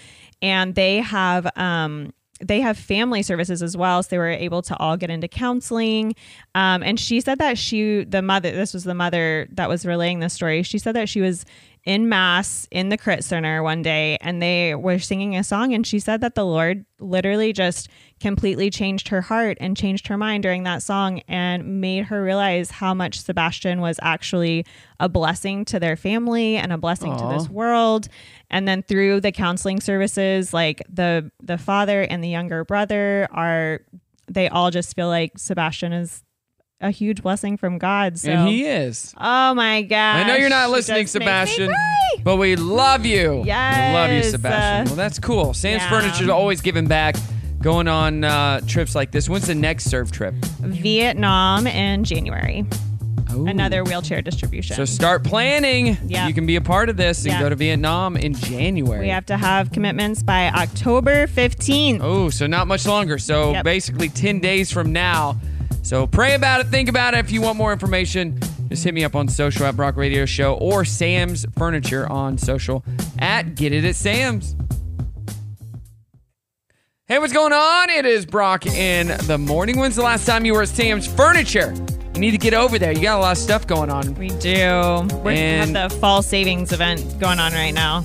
G: And they have um they have family services as well. So they were able to all get into counseling. Um, and she said that she, the mother, this was the mother that was relaying the story. She said that she was in mass in the crit center one day and they were singing a song and she said that the lord literally just completely changed her heart and changed her mind during that song and made her realize how much sebastian was actually a blessing to their family and a blessing to
A: Aw.
G: this world and then through the counseling services like the the father and the younger brother are they all just feel like sebastian is a huge blessing from god so
A: And he is.
G: oh my god
A: I know you're not listening, Sebastian, but we love you.
G: Yes.
A: We love you, Sebastian.
G: Uh,
A: well, that's cool. Sam's
G: yeah.
A: Furniture is always giving back, going on uh, trips like this. When's the next serve trip?
G: Vietnam in January.
A: Oh.
G: Another wheelchair distribution.
A: So start planning.
G: Yeah.
A: You can be a part of this and
G: Yeah.
A: go to Vietnam in January.
G: we have to have commitments by October 15th.
A: Oh, so not much longer. So
G: Yep.
A: basically 10 days from now. So pray about it, think about it. If you want more information, just hit me up on social at Brock Radio Show or Sam's Furniture on social at Get It at Sam's. Hey, what's going on? It is Brock in the morning. When's the last time you were at Sam's Furniture? You need to get over there. You got a lot of stuff going on.
G: We do. We have
A: And-
G: the fall savings event going on right now.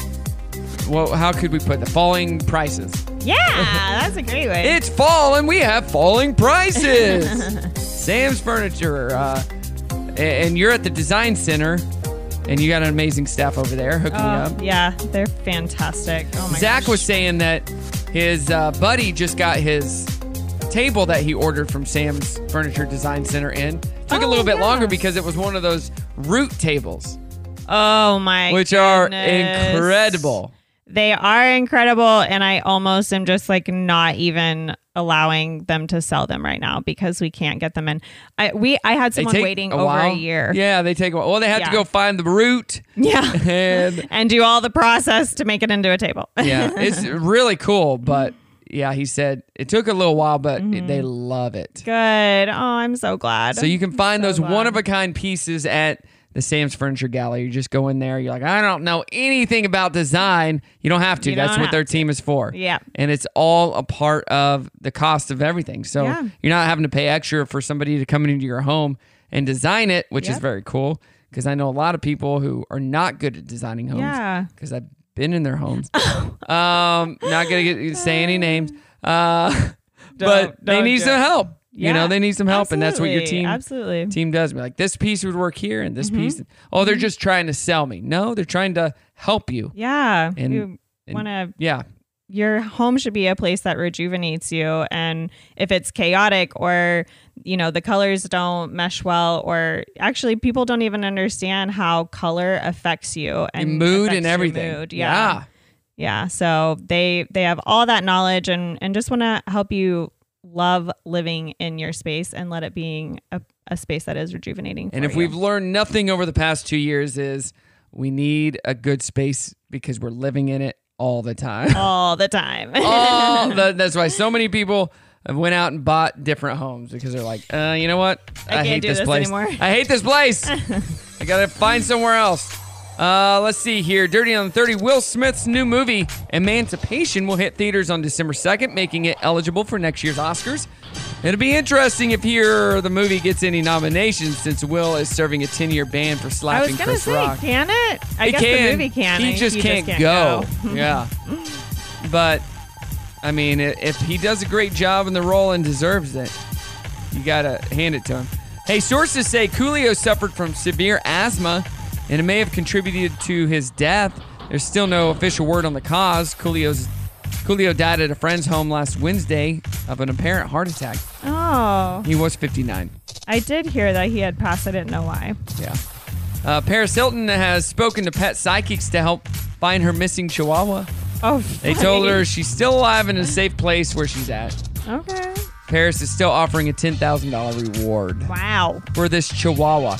A: Well, how could we put the falling prices?
G: Yeah, that's a great way.
A: It's fall and we have falling prices. Sam's Furniture, uh, a- and you're at the design center, and you got an amazing staff over there hooking you
G: Oh,
A: up.
G: yeah, they're fantastic. Oh my
A: Zach
G: gosh.
A: was saying that his uh, buddy just got his table that he ordered from Sam's Furniture Design Center in. Took a little bit longer because it was one of those root tables,
G: Oh my
A: which are
G: goodness.
A: incredible.
G: They are incredible, and I almost am just like not even allowing them to sell them right now because we can't get them in. I we I had
A: They
G: someone
A: take
G: waiting
A: a
G: over
A: while.
G: a year.
A: Yeah, they take a while. Well, they had to
G: Yeah.
A: go find the root.
G: Yeah.
A: And
G: and do all the process to make it into a table.
A: yeah, it's really cool. But yeah, he said it took a little while, but they love it.
G: good. Oh, I'm so glad.
A: So you can find those one of a kind pieces at the Sam's Furniture Gallery. You just go in there. You're like, I don't know anything about design. You don't have to.
G: You
A: That's
G: don't
A: what their
G: have
A: team is for.
G: Yeah.
A: And it's all a part of the cost of everything. So
G: Yeah.
A: you're not having to pay extra for somebody to come into your home and design it, which is
G: Yep.
A: very cool. Because I know a lot of people who are not good at designing homes.
G: Yeah.
A: Because I've been in their homes. um, not gonna get, say any names. Uh, but they
G: don't
A: need
G: do
A: some
G: it.
A: help. You know,
G: Yeah.
A: they need some help, and that's what your
G: Absolutely.
A: team
G: Absolutely.
A: team does. Be like, this piece would work here, and this piece. Oh, they're just trying to sell me. No, they're trying to help you.
G: Yeah.
A: And-
G: you
A: and-
G: want to
A: Yeah,
G: your home should be a place that rejuvenates you and if it's chaotic or you know the colors don't mesh well or actually people don't even understand how color affects you and
A: mood
G: affects
A: and
G: your
A: everything.
G: mood.
A: Yeah.
G: yeah yeah so they they have all that knowledge and and just want to help you love living in your space and let it being a, a space that is rejuvenating
A: And
G: for
A: if
G: you.
A: we've learned nothing over the past two years is we need a good space because we're living in it all the time.
G: all the time
A: Oh, all the, that's why so many people have went out and bought different homes because they're like, uh, you know what?
G: I can't
A: hate
G: do
A: this,
G: this
A: place
G: anymore."
A: I hate this place. I gotta find somewhere else. Uh, let's see here. Dirty on the 30. Will Smith's new movie, Emancipation, will hit theaters on December 2nd, making it eligible for next year's Oscars. It'll be interesting if here the movie gets any nominations since Will is serving a 10 year ban for
G: I was
A: slapping
G: gonna
A: Chris
G: say,
A: Rock.
G: can it? I
A: He
G: guess
A: can.
G: the movie can.
A: He
G: I-
A: just, can't, go. yeah. But I mean, i- if he does a great job in the role and deserves it, you gotta hand it to him. Hey, sources say Coolio suffered from severe asthma, and it may have contributed to his death. There's still no official word on the cause. Coolio's Coolio died at a friend's home last Wednesday of an apparent heart attack.
G: Oh,
A: He was 59.
G: I did hear that he had passed. I didn't know why.
A: Yeah. Uh, Paris Hilton has spoken to pet psychics to help find her missing chihuahua.
G: Oh,
A: They told her she's still alive and in a safe place where she's at.
G: Okay.
A: Paris is still offering a $10,000 reward
G: Wow.
A: for this chihuahua.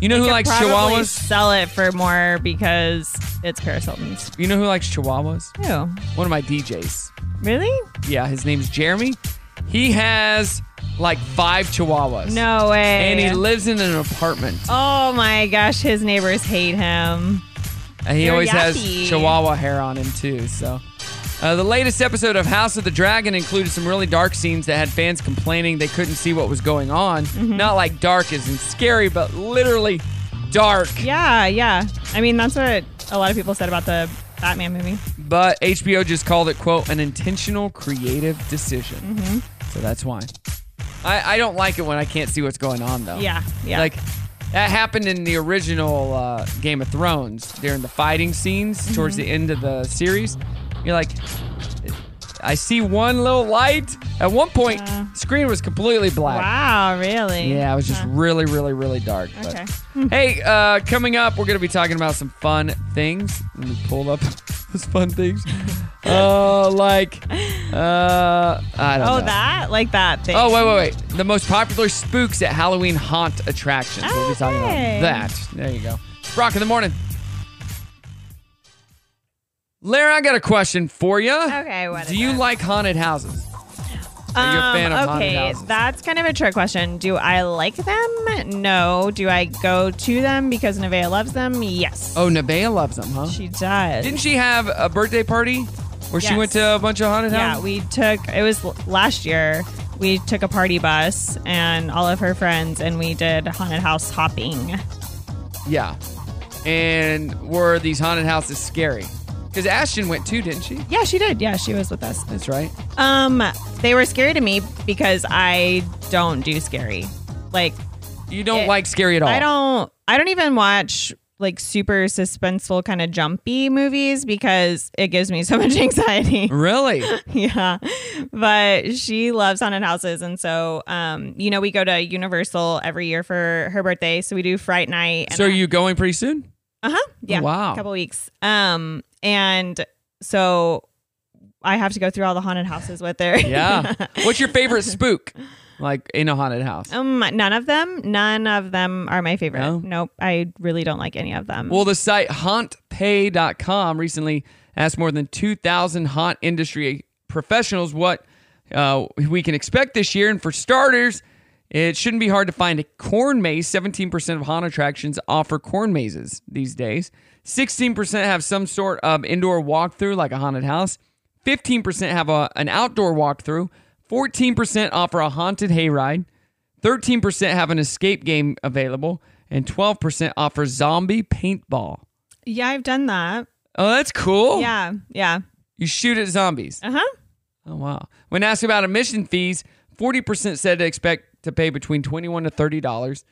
A: You know
G: They
A: who
G: could
A: likes
G: probably
A: chihuahuas?
G: Sell it for more because it's Paris Hilton's.
A: You know who likes chihuahuas?
G: Who?
A: One of my DJs.
G: Really?
A: Yeah, his name's Jeremy. He has like five chihuahuas.
G: No way.
A: And he lives in an apartment.
G: Oh my gosh, his neighbors hate him.
A: And he
G: They're
A: always
G: yappy.
A: has chihuahua hair on him too. So, uh, the latest episode of House of the Dragon included some really dark scenes that had fans complaining they couldn't see what was going on.
G: Mm-hmm.
A: Not like dark isn't scary, but literally dark.
G: Yeah, yeah. I mean, that's what a lot of people said about the Batman movie.
A: But HBO just called it quote an intentional creative decision.
G: Mhm.
A: So that's why. I, I don't like it when I can't see what's going on though.
G: Yeah, yeah.
A: Like that happened in the original uh, Game of Thrones during the fighting scenes towards
G: Mhm.
A: the end of the series. You're like, I see one little light. At one point, screen was completely black.
G: Wow, really?
A: Yeah, it was just really, really, really dark. but-
G: Okay.
A: hey, uh, coming up, we're going to be talking about some fun things. Let me pull up those fun things. Uh, like, uh, I don't know.
G: Oh, that? Like that thing.
A: Oh, wait, wait, wait. The most popular spooks at Halloween haunt attractions. We'll be talking about
G: Okay.
A: that. There you go. It's Brock in the morning. Lara, I got a question for you.
G: Okay, whatever.
A: Do you like haunted houses? Are you a fan of haunted
G: Um, okay,
A: houses?
G: that's kind of a trick question. Do I like them? No. Do I go to them because Nevaeh loves them? Yes.
A: Oh, Nevaeh loves them, huh?
G: She does.
A: Didn't she have a birthday party where she
G: Yes.
A: went to a bunch of haunted
G: Yeah,
A: houses?
G: we took it was l- last year. We took a party bus and all of her friends, and we did haunted house hopping.
A: Yeah. And were these haunted houses scary? Because Ashton went too, didn't she?
G: Yeah, she did. Yeah, she was with us.
A: That's right.
G: Um, they were scary to me because I don't do scary. Like
A: You don't like scary at all.
G: I don't. I don't even watch like super suspenseful kind of jumpy movies because it gives me so much anxiety.
A: Really?
G: yeah. But she loves haunted houses, and so um, you know, we go to Universal every year for her birthday, so we do Fright Night.
A: So are you going pretty soon?
G: Uh huh. Yeah.
A: Wow.
G: couple weeks. Um, and so I have to go through all the haunted houses with her.
A: Yeah. What's your favorite spook? Like in a haunted house.
G: Um, none of them, none of them are my favorite. Nope, I really don't like any of them.
A: Well, the site hauntpay.com recently asked more than 2,000 haunt industry professionals what uh, we can expect this year. And for starters, it shouldn't be hard to find a corn maze. 17% of haunt attractions offer corn mazes these days. 16% have some sort of indoor walkthrough, like a haunted house. 15% have a, an outdoor walkthrough. 14% offer a haunted hayride. 13% have an escape game available, and 12% offer zombie paintball.
G: yeah, I've done that.
A: Oh, that's cool.
G: Yeah, yeah.
A: You shoot at zombies.
G: Uh huh.
A: Oh, wow. When asked about admission fees, 40% said to expect to pay between $21 to $30.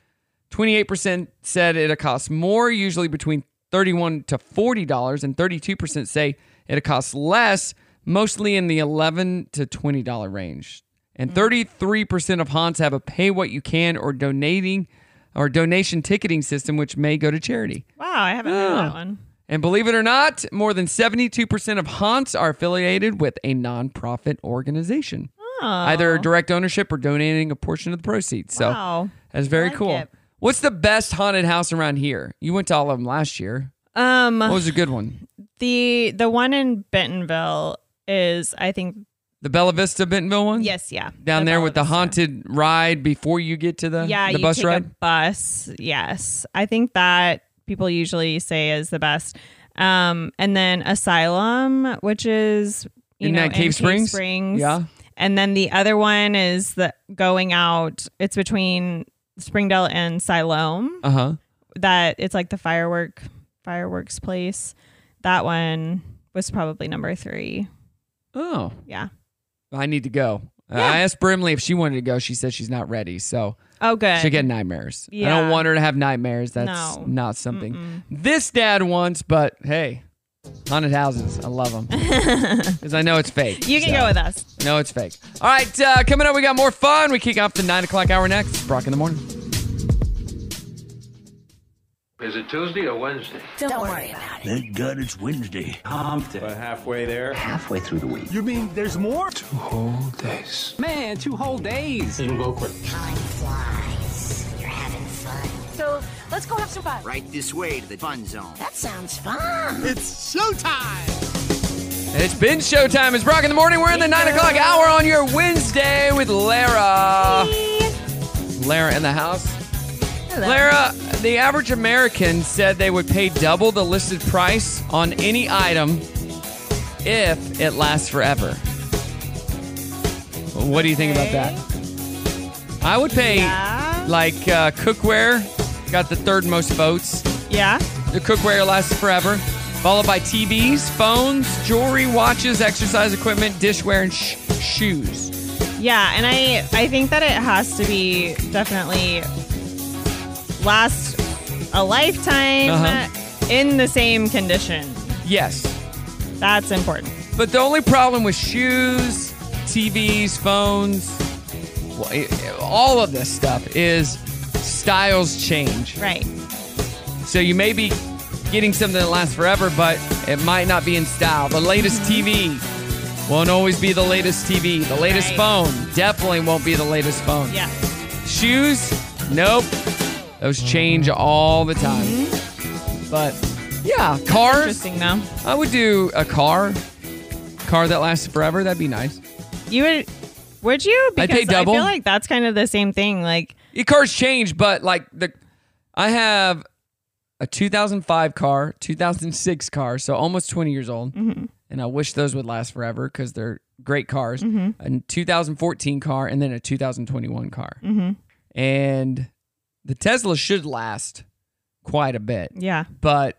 A: 28% said it'll cost more, usually between $31 to $40. And 32% say it'll cost less, mostly in the 11 to $20 range. And 33% of haunts have a pay what you can or donating or donation ticketing system which may go to charity.
G: Wow, I haven't heard
A: Oh.
G: that one.
A: And believe it or not, more than 72% of haunts are affiliated with a nonprofit organization. Either direct ownership or donating a portion of the proceeds. So
G: Wow.
A: that's very
G: I like
A: cool.
G: it.
A: What's the best haunted house around here? You went to all of them last year.
G: Um,
A: What was a good one?
G: the the one in Bentonville is I think
A: The Bella Vista Bentonville one?
G: yes, yeah,
A: Down there with the haunted ride before you get to the,
G: yeah.
A: the
G: you
A: bus
G: take
A: ride?
G: a bus, yes. I think that people usually say is the best. Um, and then Asylum, which is you
A: In
G: know
A: that Cave
G: in
A: Springs?
G: Springs.
A: Yeah.
G: And then the other one is the going out. It's between Springdale and Siloam.
A: Uh huh.
G: that it's like the firework fireworks place. That one was probably number three.
A: Oh.
G: Yeah.
A: I need to go. Uh, I asked Brimley if she wanted to go. She said she's not ready. So
G: Oh, good.
A: She'll get nightmares. I
G: Yeah.
A: don't want her to have nightmares. That's
G: No.
A: not something this dad wants, but hey, haunted houses. I love them. Because I know it's fake.
G: You can go with us.
A: No, it's fake. All right, uh, coming up, we got more fun. We kick off the 9 o'clock hour next. Brock in the morning.
U: Is it Tuesday or Wednesday?
V: Don't, worry about
U: Thank God it's Wednesday. Hump day. halfway there. Halfway through the week.
V: You mean there's more?
U: Two whole days.
V: Man, two whole days. It'll go quick.
W: You're having fun. So let's go have some fun.
X: Right this way to the fun zone.
W: That sounds fun.
V: It's showtime.
A: It's been showtime. It's Brock in the morning. We're in the 9 o'clock hour on your Wednesday with Lara. Lara in the house. Lara, the average American said they would pay double the listed price on any item if it lasts forever. What do you think about that? I would pay like uh, cookware got the third most votes.
G: Yeah.
A: The cookware lasts forever, followed by TVs, phones, jewelry, watches, exercise equipment, dishware, and sh- shoes.
G: Yeah, and I I think that it has to be definitely last a lifetime
A: Uh-huh.
G: in the same condition.
A: Yes.
G: That's important.
A: But the only problem with shoes, TVs, phones, well, it- all of this stuff is styles change.
G: Right.
A: So you may be getting something that lasts forever, but it might not be in style. The latest
G: Mm-hmm.
A: TV won't always be the latest TV. The latest
G: Right.
A: phone definitely won't be the latest phone.
G: Yeah.
A: Shoes, nope. Those change all the time. But yeah, cars.
G: interesting though.
A: I would do a car, car that lasts forever. That'd be nice.
G: You would would you?
A: I'd pay double.
G: I feel like that's kind of the same thing. Like
A: Your cars change, but like the, I have a 2005 car, 2006 car, so almost 20 years old,
G: Mhm.
A: and I wish those would last forever because they're great cars.
G: Mhm.
A: A 2014 car, and then a 2021 car,
G: mhm.
A: and the Tesla should last quite a bit.
G: Yeah.
A: but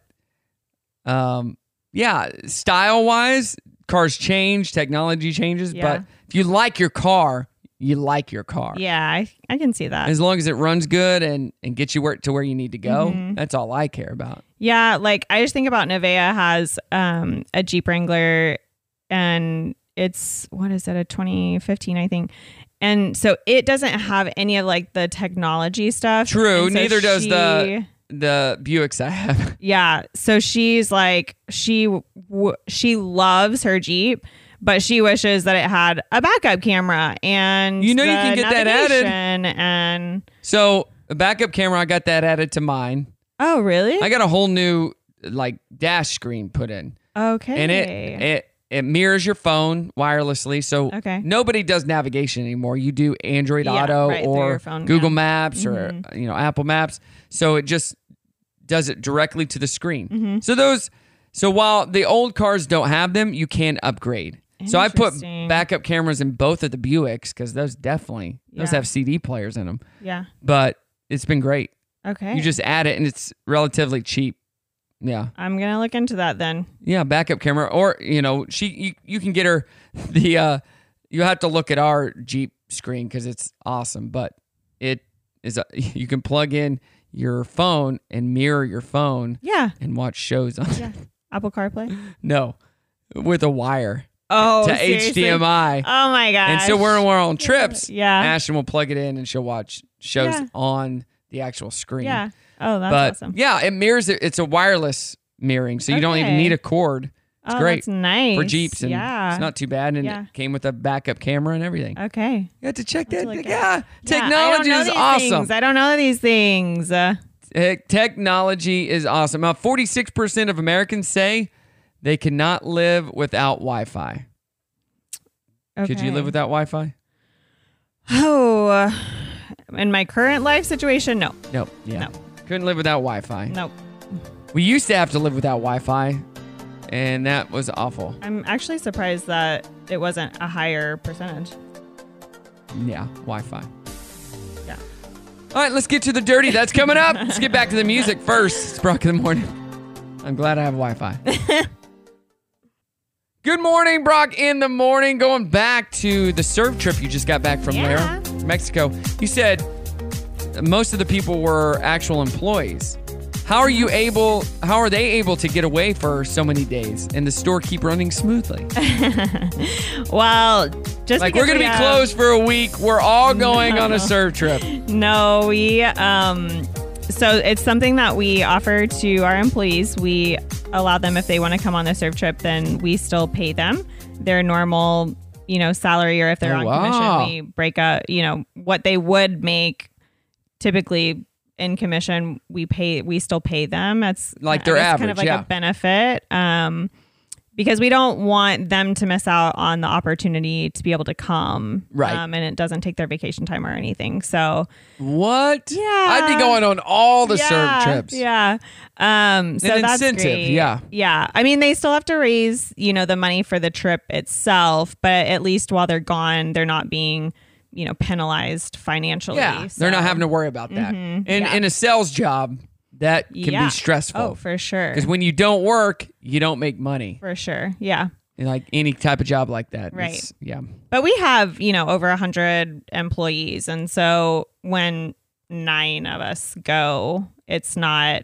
A: um yeah style wise cars change technology changes
G: Yeah.
A: but if you like your car you like your car
G: Yeah, I, I can see that.
A: as long as it runs good and and gets you where, to where you need to go
G: Mhm.
A: that's all i care about
G: Yeah, like I just think about Nevea has um, a Jeep Wrangler and it's what is it a 2015 I think. And so it doesn't have any of like the technology stuff.
A: true
G: And so
A: neither does the
G: she-
A: the buicks i have
G: Yeah, so she's like she w- she loves her Jeep, but she wishes that it had a backup camera and
A: You know you
G: the
A: can get that added.
G: navigation and
A: so a backup camera i got that added to mine
G: oh really
A: i got a whole new like dash screen put in
G: okay
A: and it it it mirrors your phone wirelessly so
G: Okay.
A: nobody does navigation anymore you do android
G: Yeah,
A: auto
G: right, through
A: or
G: your phone,
A: google
G: yeah.
A: maps or
G: Mhm.
A: you know apple maps so it just does it directly to the screen
G: Mhm.
A: so those so while the old cars don't have them you can upgrade so i put
G: Interesting.
A: backup cameras in both of the buicks because those definitely those
G: Yeah.
A: have cd players in them
G: yeah
A: but it's been great
G: okay
A: you just add it and it's relatively cheap yeah
G: I'm gonna look into that then.
A: yeah, backup camera, or you know, she you, you can get her the. uh You have to look at our Jeep screen because it's awesome, but it is a, you can plug in your phone and mirror your phone.
G: Yeah.
A: and watch shows on.
G: Yeah. Apple CarPlay.
A: no, with a wire.
G: Oh,
A: to
G: seriously?
A: HDMI.
G: Oh my gosh.
A: And so we're, we're on trips.
G: Yeah.
A: Ashton will plug it in and she'll watch shows
G: Yeah.
A: on the actual screen.
G: Yeah. Oh, that's
A: but
G: awesome.
A: yeah, it mirrors. it- It's a wireless mirroring, so you don't even
G: Okay.
A: need a cord. It's
G: Oh,
A: great.
G: that's nice.
A: for Jeeps. And
G: Yeah.
A: it's not too bad, and
G: Yeah. Uh,
A: it came with a backup camera and everything.
G: Okay.
A: You have to check that.
G: yeah.
A: Technology is awesome.
G: I don't know these things. Uh,
A: Tech- Technology is awesome. Now, forty-six percent of Americans say they cannot live without Wi-Fi. Could you
G: Okay.
A: live without Wi-Fi?
G: oh, uh, in my current life situation, no.
A: Nope. Yeah. Couldn't live without Wi-Fi.
G: Nope.
A: We used to have to live without Wi-Fi, and that was awful.
G: I'm actually surprised that it wasn't a higher percentage.
A: Yeah, Wi-Fi.
G: Yeah.
A: All right, let's get to the dirty. That's coming up. let's get back to the music first. It's Brock in the morning. I'm glad I have Wi-Fi. Good morning, Brock in the morning. Going back to the surf trip you just got back from
G: Yeah.
A: there, Mexico. You said most of the people were actual employees. How are you able? How are they able to get away for so many days and the store keep running smoothly?
G: Well, just
A: like
G: because
A: we're gonna
G: we
A: be
G: have-
A: closed for a week. We're all going on a
G: No.
A: surf trip.
G: No, we um so it's something that we offer to our employees. We allow them if they want to come on the surf trip, then we still pay them their normal, you know, salary or if they're
A: Oh,
G: on
A: wow.
G: commission, we break up, you know, what they would make typically in commission, we pay we still pay them. That's
A: Like their
G: that's
A: average,
G: kind of like
A: yeah.
G: a benefit. Um because we don't want them to miss out on the opportunity to be able to come.
A: Right.
G: Um, and it doesn't take their vacation time or anything. So
A: What?
G: Yeah.
A: I'd be going on all the surf trips.
G: Yeah. Um so
A: An
G: that's
A: incentive,
G: great.
A: yeah.
G: Yeah. I mean they still have to raise, you know, the money for the trip itself, but at least while they're gone, they're not being, you know, penalized financially.
A: Yeah,
G: So-
A: they're not having to worry about that.
G: Mhm,
A: and
G: yeah.
A: in a sales job, that can
G: Yeah.
A: be stressful.
G: Oh, for sure.
A: Because when you don't work, you don't make money.
G: For sure. Yeah.
A: And like any type of job like that.
G: Right.
A: It's- Yeah.
G: But we have, you know, over 100 employees. And so when nine of us go, it's not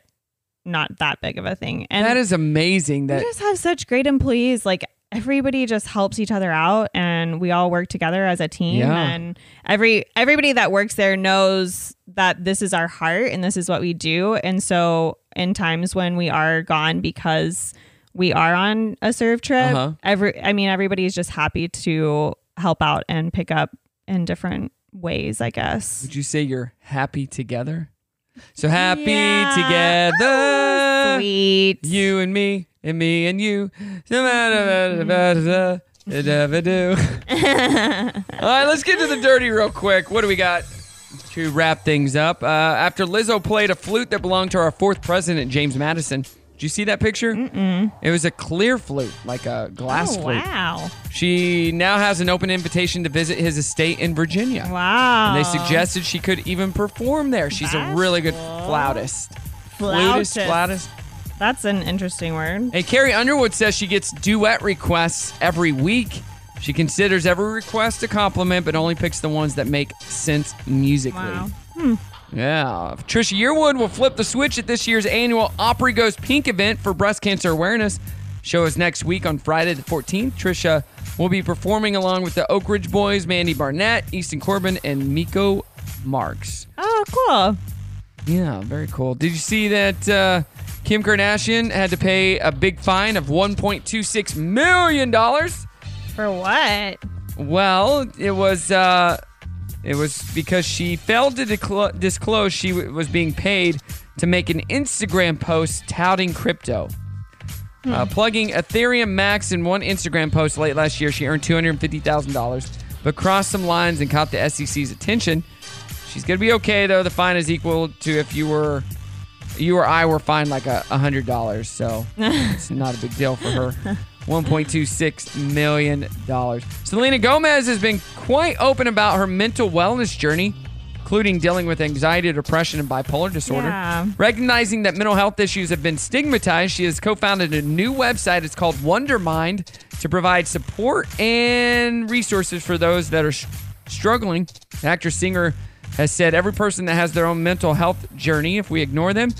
G: not that big of a thing. And
A: that is amazing
G: we
A: that
G: just have such great employees. Like everybody just helps each other out and we all work together as a team
A: Yeah.
G: and every everybody that works there knows that this is our heart and this is what we do. And so in times when we are gone because we are on a serve trip,
A: Uh-huh.
G: every I mean everybody's just happy to help out and pick up in different ways, I guess.
A: would you say you're happy together? So happy
G: Yeah. Oh,
A: together.
G: Sweet.
A: You and me and me and you. Da-da-da-da-da-da-da, da-da-da-do. All right, let's get to the dirty real quick. What do we got to wrap things up? Uh, after Lizzo played a flute that belonged to our fourth president, James Madison. Did you see that picture? Mm-mm. It was a clear flute, like a glass
G: oh,
A: flute.
G: wow.
A: She now has an open invitation to visit his estate in Virginia.
G: Wow.
A: And they suggested she could even perform there. She's a really good flautist. Flutist,
G: Flautist.
A: flautist.
G: That's an interesting word.
A: Hey, Carrie Underwood says she gets duet requests every week. She considers every request a compliment, but only picks the ones that make sense musically.
G: Wow. Hmm.
A: Yeah. Trisha Yearwood will flip the switch at this year's annual Opry Goes Pink event for breast cancer awareness. Show is next week on Friday the 14th. Trisha will be performing along with the Oak Ridge Boys, Mandy Barnett, Easton Corbin, and Miko Marks.
G: Oh, cool.
A: Yeah, very cool. Did you see that uh, Kim Kardashian had to pay a big fine of $1.26 million?
G: For what?
A: Well, it was uh, it was because she failed to declo- disclose she w- was being paid to make an Instagram post touting crypto. Uh, plugging Ethereum Max in one Instagram post late last year, she earned $250,000, but crossed some lines and caught the SEC's attention. She's going to be okay, though. The fine is equal to if you were you or I were fined like a $100, so it's not a big deal for her. $1.26 million. Selena Gomez has been quite open about her mental wellness journey, including dealing with anxiety, depression, and bipolar disorder.
G: Yeah.
A: Recognizing that mental health issues have been stigmatized, she has co founded a new website. It's called Wondermind to provide support and resources for those that are s- struggling. The actress singer has said every person that has their own mental health journey, if we ignore them,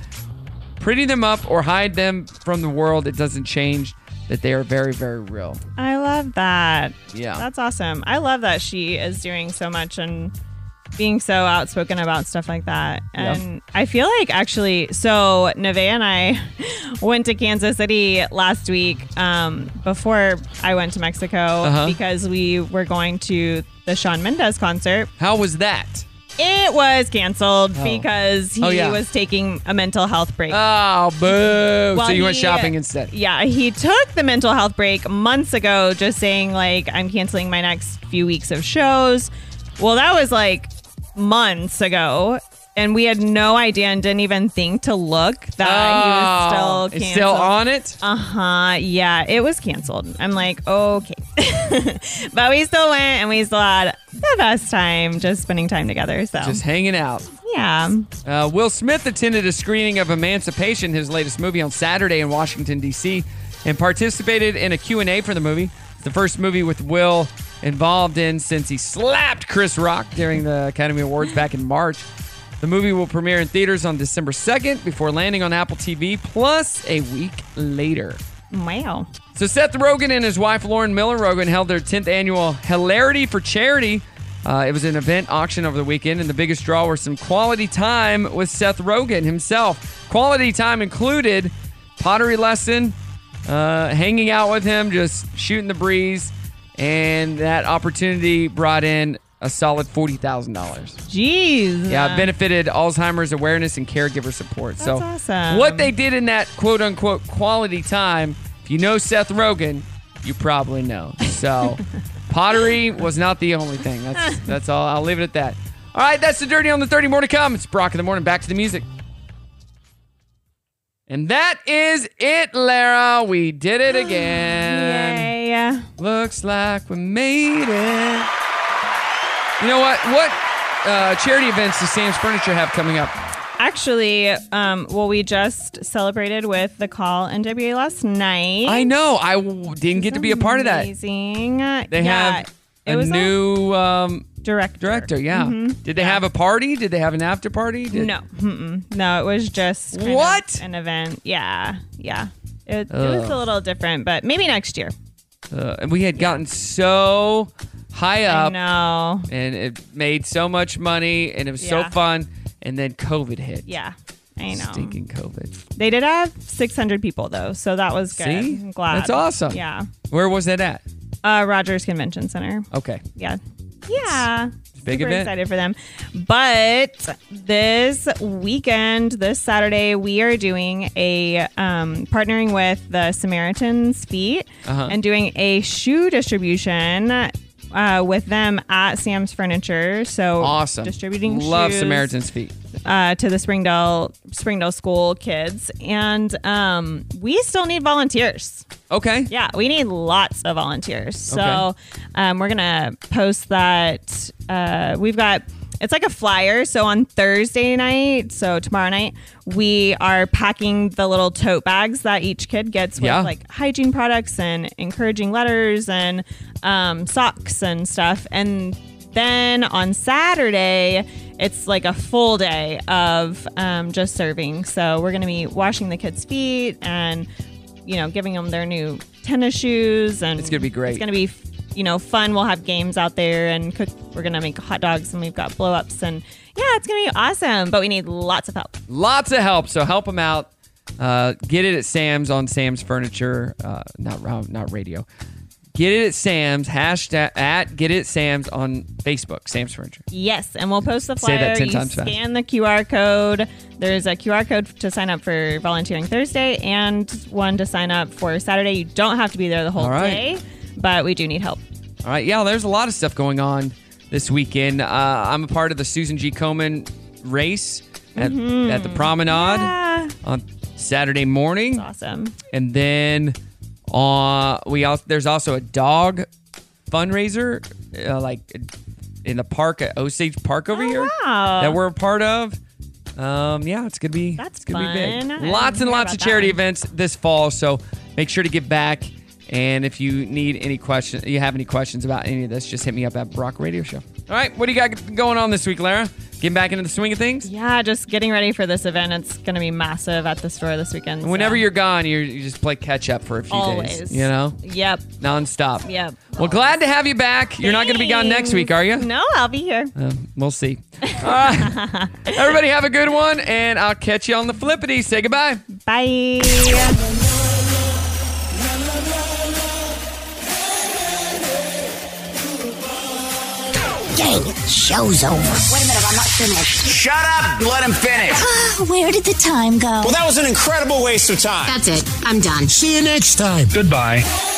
A: pretty them up, or hide them from the world, it doesn't change. that they are very, very real.
G: I love that.
A: Yeah.
G: That's awesome. I love that she is doing so much and being so outspoken about stuff like that.
A: Yeah.
G: And I feel like actually, so Nevaeh and I went to Kansas City last week um, before I went to Mexico
A: Uh-huh.
G: because we were going to the Sean Mendez concert.
A: How was that?
G: It was canceled
A: Oh.
G: because he
A: Oh, yeah.
G: was taking a mental health break.
A: Oh, boo.
G: Well,
A: so you went
G: he-
A: shopping instead.
G: Yeah, he took the mental health break months ago, just saying, like, I'm canceling my next few weeks of shows. Well, that was like months ago. And we had no idea and didn't even think to look that he
A: Oh,
G: was still
A: it's
G: canceled.
A: still on it?
G: Uh huh. Yeah, it was canceled. I'm like, okay. but we still went and we still had the best time just spending time together. So,
A: Just hanging out.
G: yeah.
A: Uh, Will Smith attended a screening of Emancipation, his latest movie, on Saturday in Washington, D.C., and participated in a Q&A for the movie. It's the first movie with Will involved in since he slapped Chris Rock during the Academy Awards back in March. The movie will premiere in theaters on December 2nd before landing on Apple TV, plus a week later.
G: Wow.
A: So Seth Rogen and his wife Lauren Miller Rogen held their 10th annual Hilarity for Charity. Uh, it was an event auction over the weekend, and the biggest draw were some quality time with Seth Rogen himself. Quality time included pottery lesson, uh, hanging out with him, just shooting the breeze, and that opportunity brought in a solid forty thousand dollars.
G: Jeez.
A: Yeah, it benefited Alzheimer's awareness and caregiver support. so
G: awesome.
A: what they did in that quote unquote quality time, if you know Seth Rogen, you probably know. So pottery was not the only thing. That's that's all. I'll leave it at that. All right, that's the dirty on the 30 more to come. It's Brock in the morning. Back to the music. And that is it, Lara. We did it again.
G: Yay.
A: Looks like we made it. You know what? What uh, charity events does Sam's Furniture have coming up?
G: Actually, um, well, we just celebrated with the call NWA last night.
A: I know. I w- didn't get to be a part of that.
G: Amazing.
A: They
G: yeah,
A: have
G: it
A: a
G: was
A: new um,
G: director.
A: Director, yeah.
G: Mhm.
A: Did they have a party? Did they have an after party? Did-
G: No, mm-mm. no, it was just kind of
A: What?
G: an event. Yeah, yeah. It, it
A: Ugh.
G: was a little different, but maybe next year.
A: Uh, and we had gotten so high up.
G: No.
A: And it made so much money and it was so
G: Yeah.
A: fun. And then COVID hit.
G: Yeah, I know.
A: Stinking COVID.
G: They did have 600 people though, so that was good.
A: See?
G: I'm glad.
A: That's awesome.
G: Yeah.
A: Where was that at?
G: Uh, Rogers Convention Center.
A: Okay.
G: Yeah. Yeah.
A: big
G: Super
A: event.
G: excited for them. But this weekend, this Saturday, we are doing a um, partnering with the Samaritan's Feet
A: Uh-huh.
G: and doing a shoe distribution uh, with them at Sam's Furniture. So
A: Awesome.
G: distributing
A: Love
G: shoes
A: Samaritan's Feet.
G: uh, to the Springdale Springdale School kids, and um, we still need volunteers.
A: Okay.
G: Yeah, we need lots of volunteers. So
A: Okay.
G: um, we're gonna post that. Uh, we've got. It's like a flyer. So on Thursday night, so tomorrow night, we are packing the little tote bags that each kid gets with
A: Yeah.
G: like hygiene products and encouraging letters and um, socks and stuff. And then on Saturday, it's like a full day of um, just serving. So we're going to be washing the kids' feet and, you know, giving them their new tennis shoes. And
A: It's gonna be great.
G: It's going to be, you know, fun. We'll have games out there and cook. We're going to make hot dogs and we've got blow ups. And yeah, it's going to be awesome. But we need lots of help.
A: Lots of help. So help them out. Uh, get it at Sam's on Sam's Furniture. Uh, not ra- not radio. Get it at Sam's. Hashtag at get it at Sam's on Facebook. Sam's Furniture.
G: Yes, and we'll post the
A: Say
G: flyer.
A: that 10
G: you
A: times fast.
G: scan the QR code. There's a QR code to sign up for Volunteering Thursday and one to sign up for Saturday. You don't have to be there the whole
A: All right.
G: day, but we do need help.
A: All right, yeah, there's a lot of stuff going on this weekend. Uh, I'm a part of the Susan G. Komen race at,
G: Mhm.
A: at the Promenade on Saturday morning.
G: awesome.
A: And then uh, we also there's also a dog fundraiser uh, like in the park at Osage Park over here
G: Oh, wow.
A: that we're a part of. Um, yeah, it's gonna be That's it's gonna be
G: fun. I
A: big.
G: didn't
A: Lots and
G: hear
A: lots
G: about
A: of
G: that
A: charity
G: one.
A: events this fall, so make sure to get back And if you need any questions, you have any questions about any of this, just hit me up at Brock Radio Show. All right, what do you got going on this week, Lara? Getting back into the swing of things.
G: Yeah, just getting ready for this event. It's going to be massive at the store this weekend. so-
A: Whenever you're gone, you're, you just play catch up for a few
G: Always.
A: days. You know,
G: Yep.
A: nonstop.
G: Yep.
A: Well, glad to have you back. You're not going to be gone next week, are you?
G: No, I'll be here.
A: Uh, we'll see. All right. Everybody have a good one, and I'll catch you on the flippity. Say goodbye.
G: Bye.
W: Dang it, show's over. Wait a minute, I'm not finished.
X: Shut up! Let him finish!
W: Where did the time go?
X: Well, that was an incredible waste of time.
W: That's it. I'm done.
X: See you next time. Goodbye.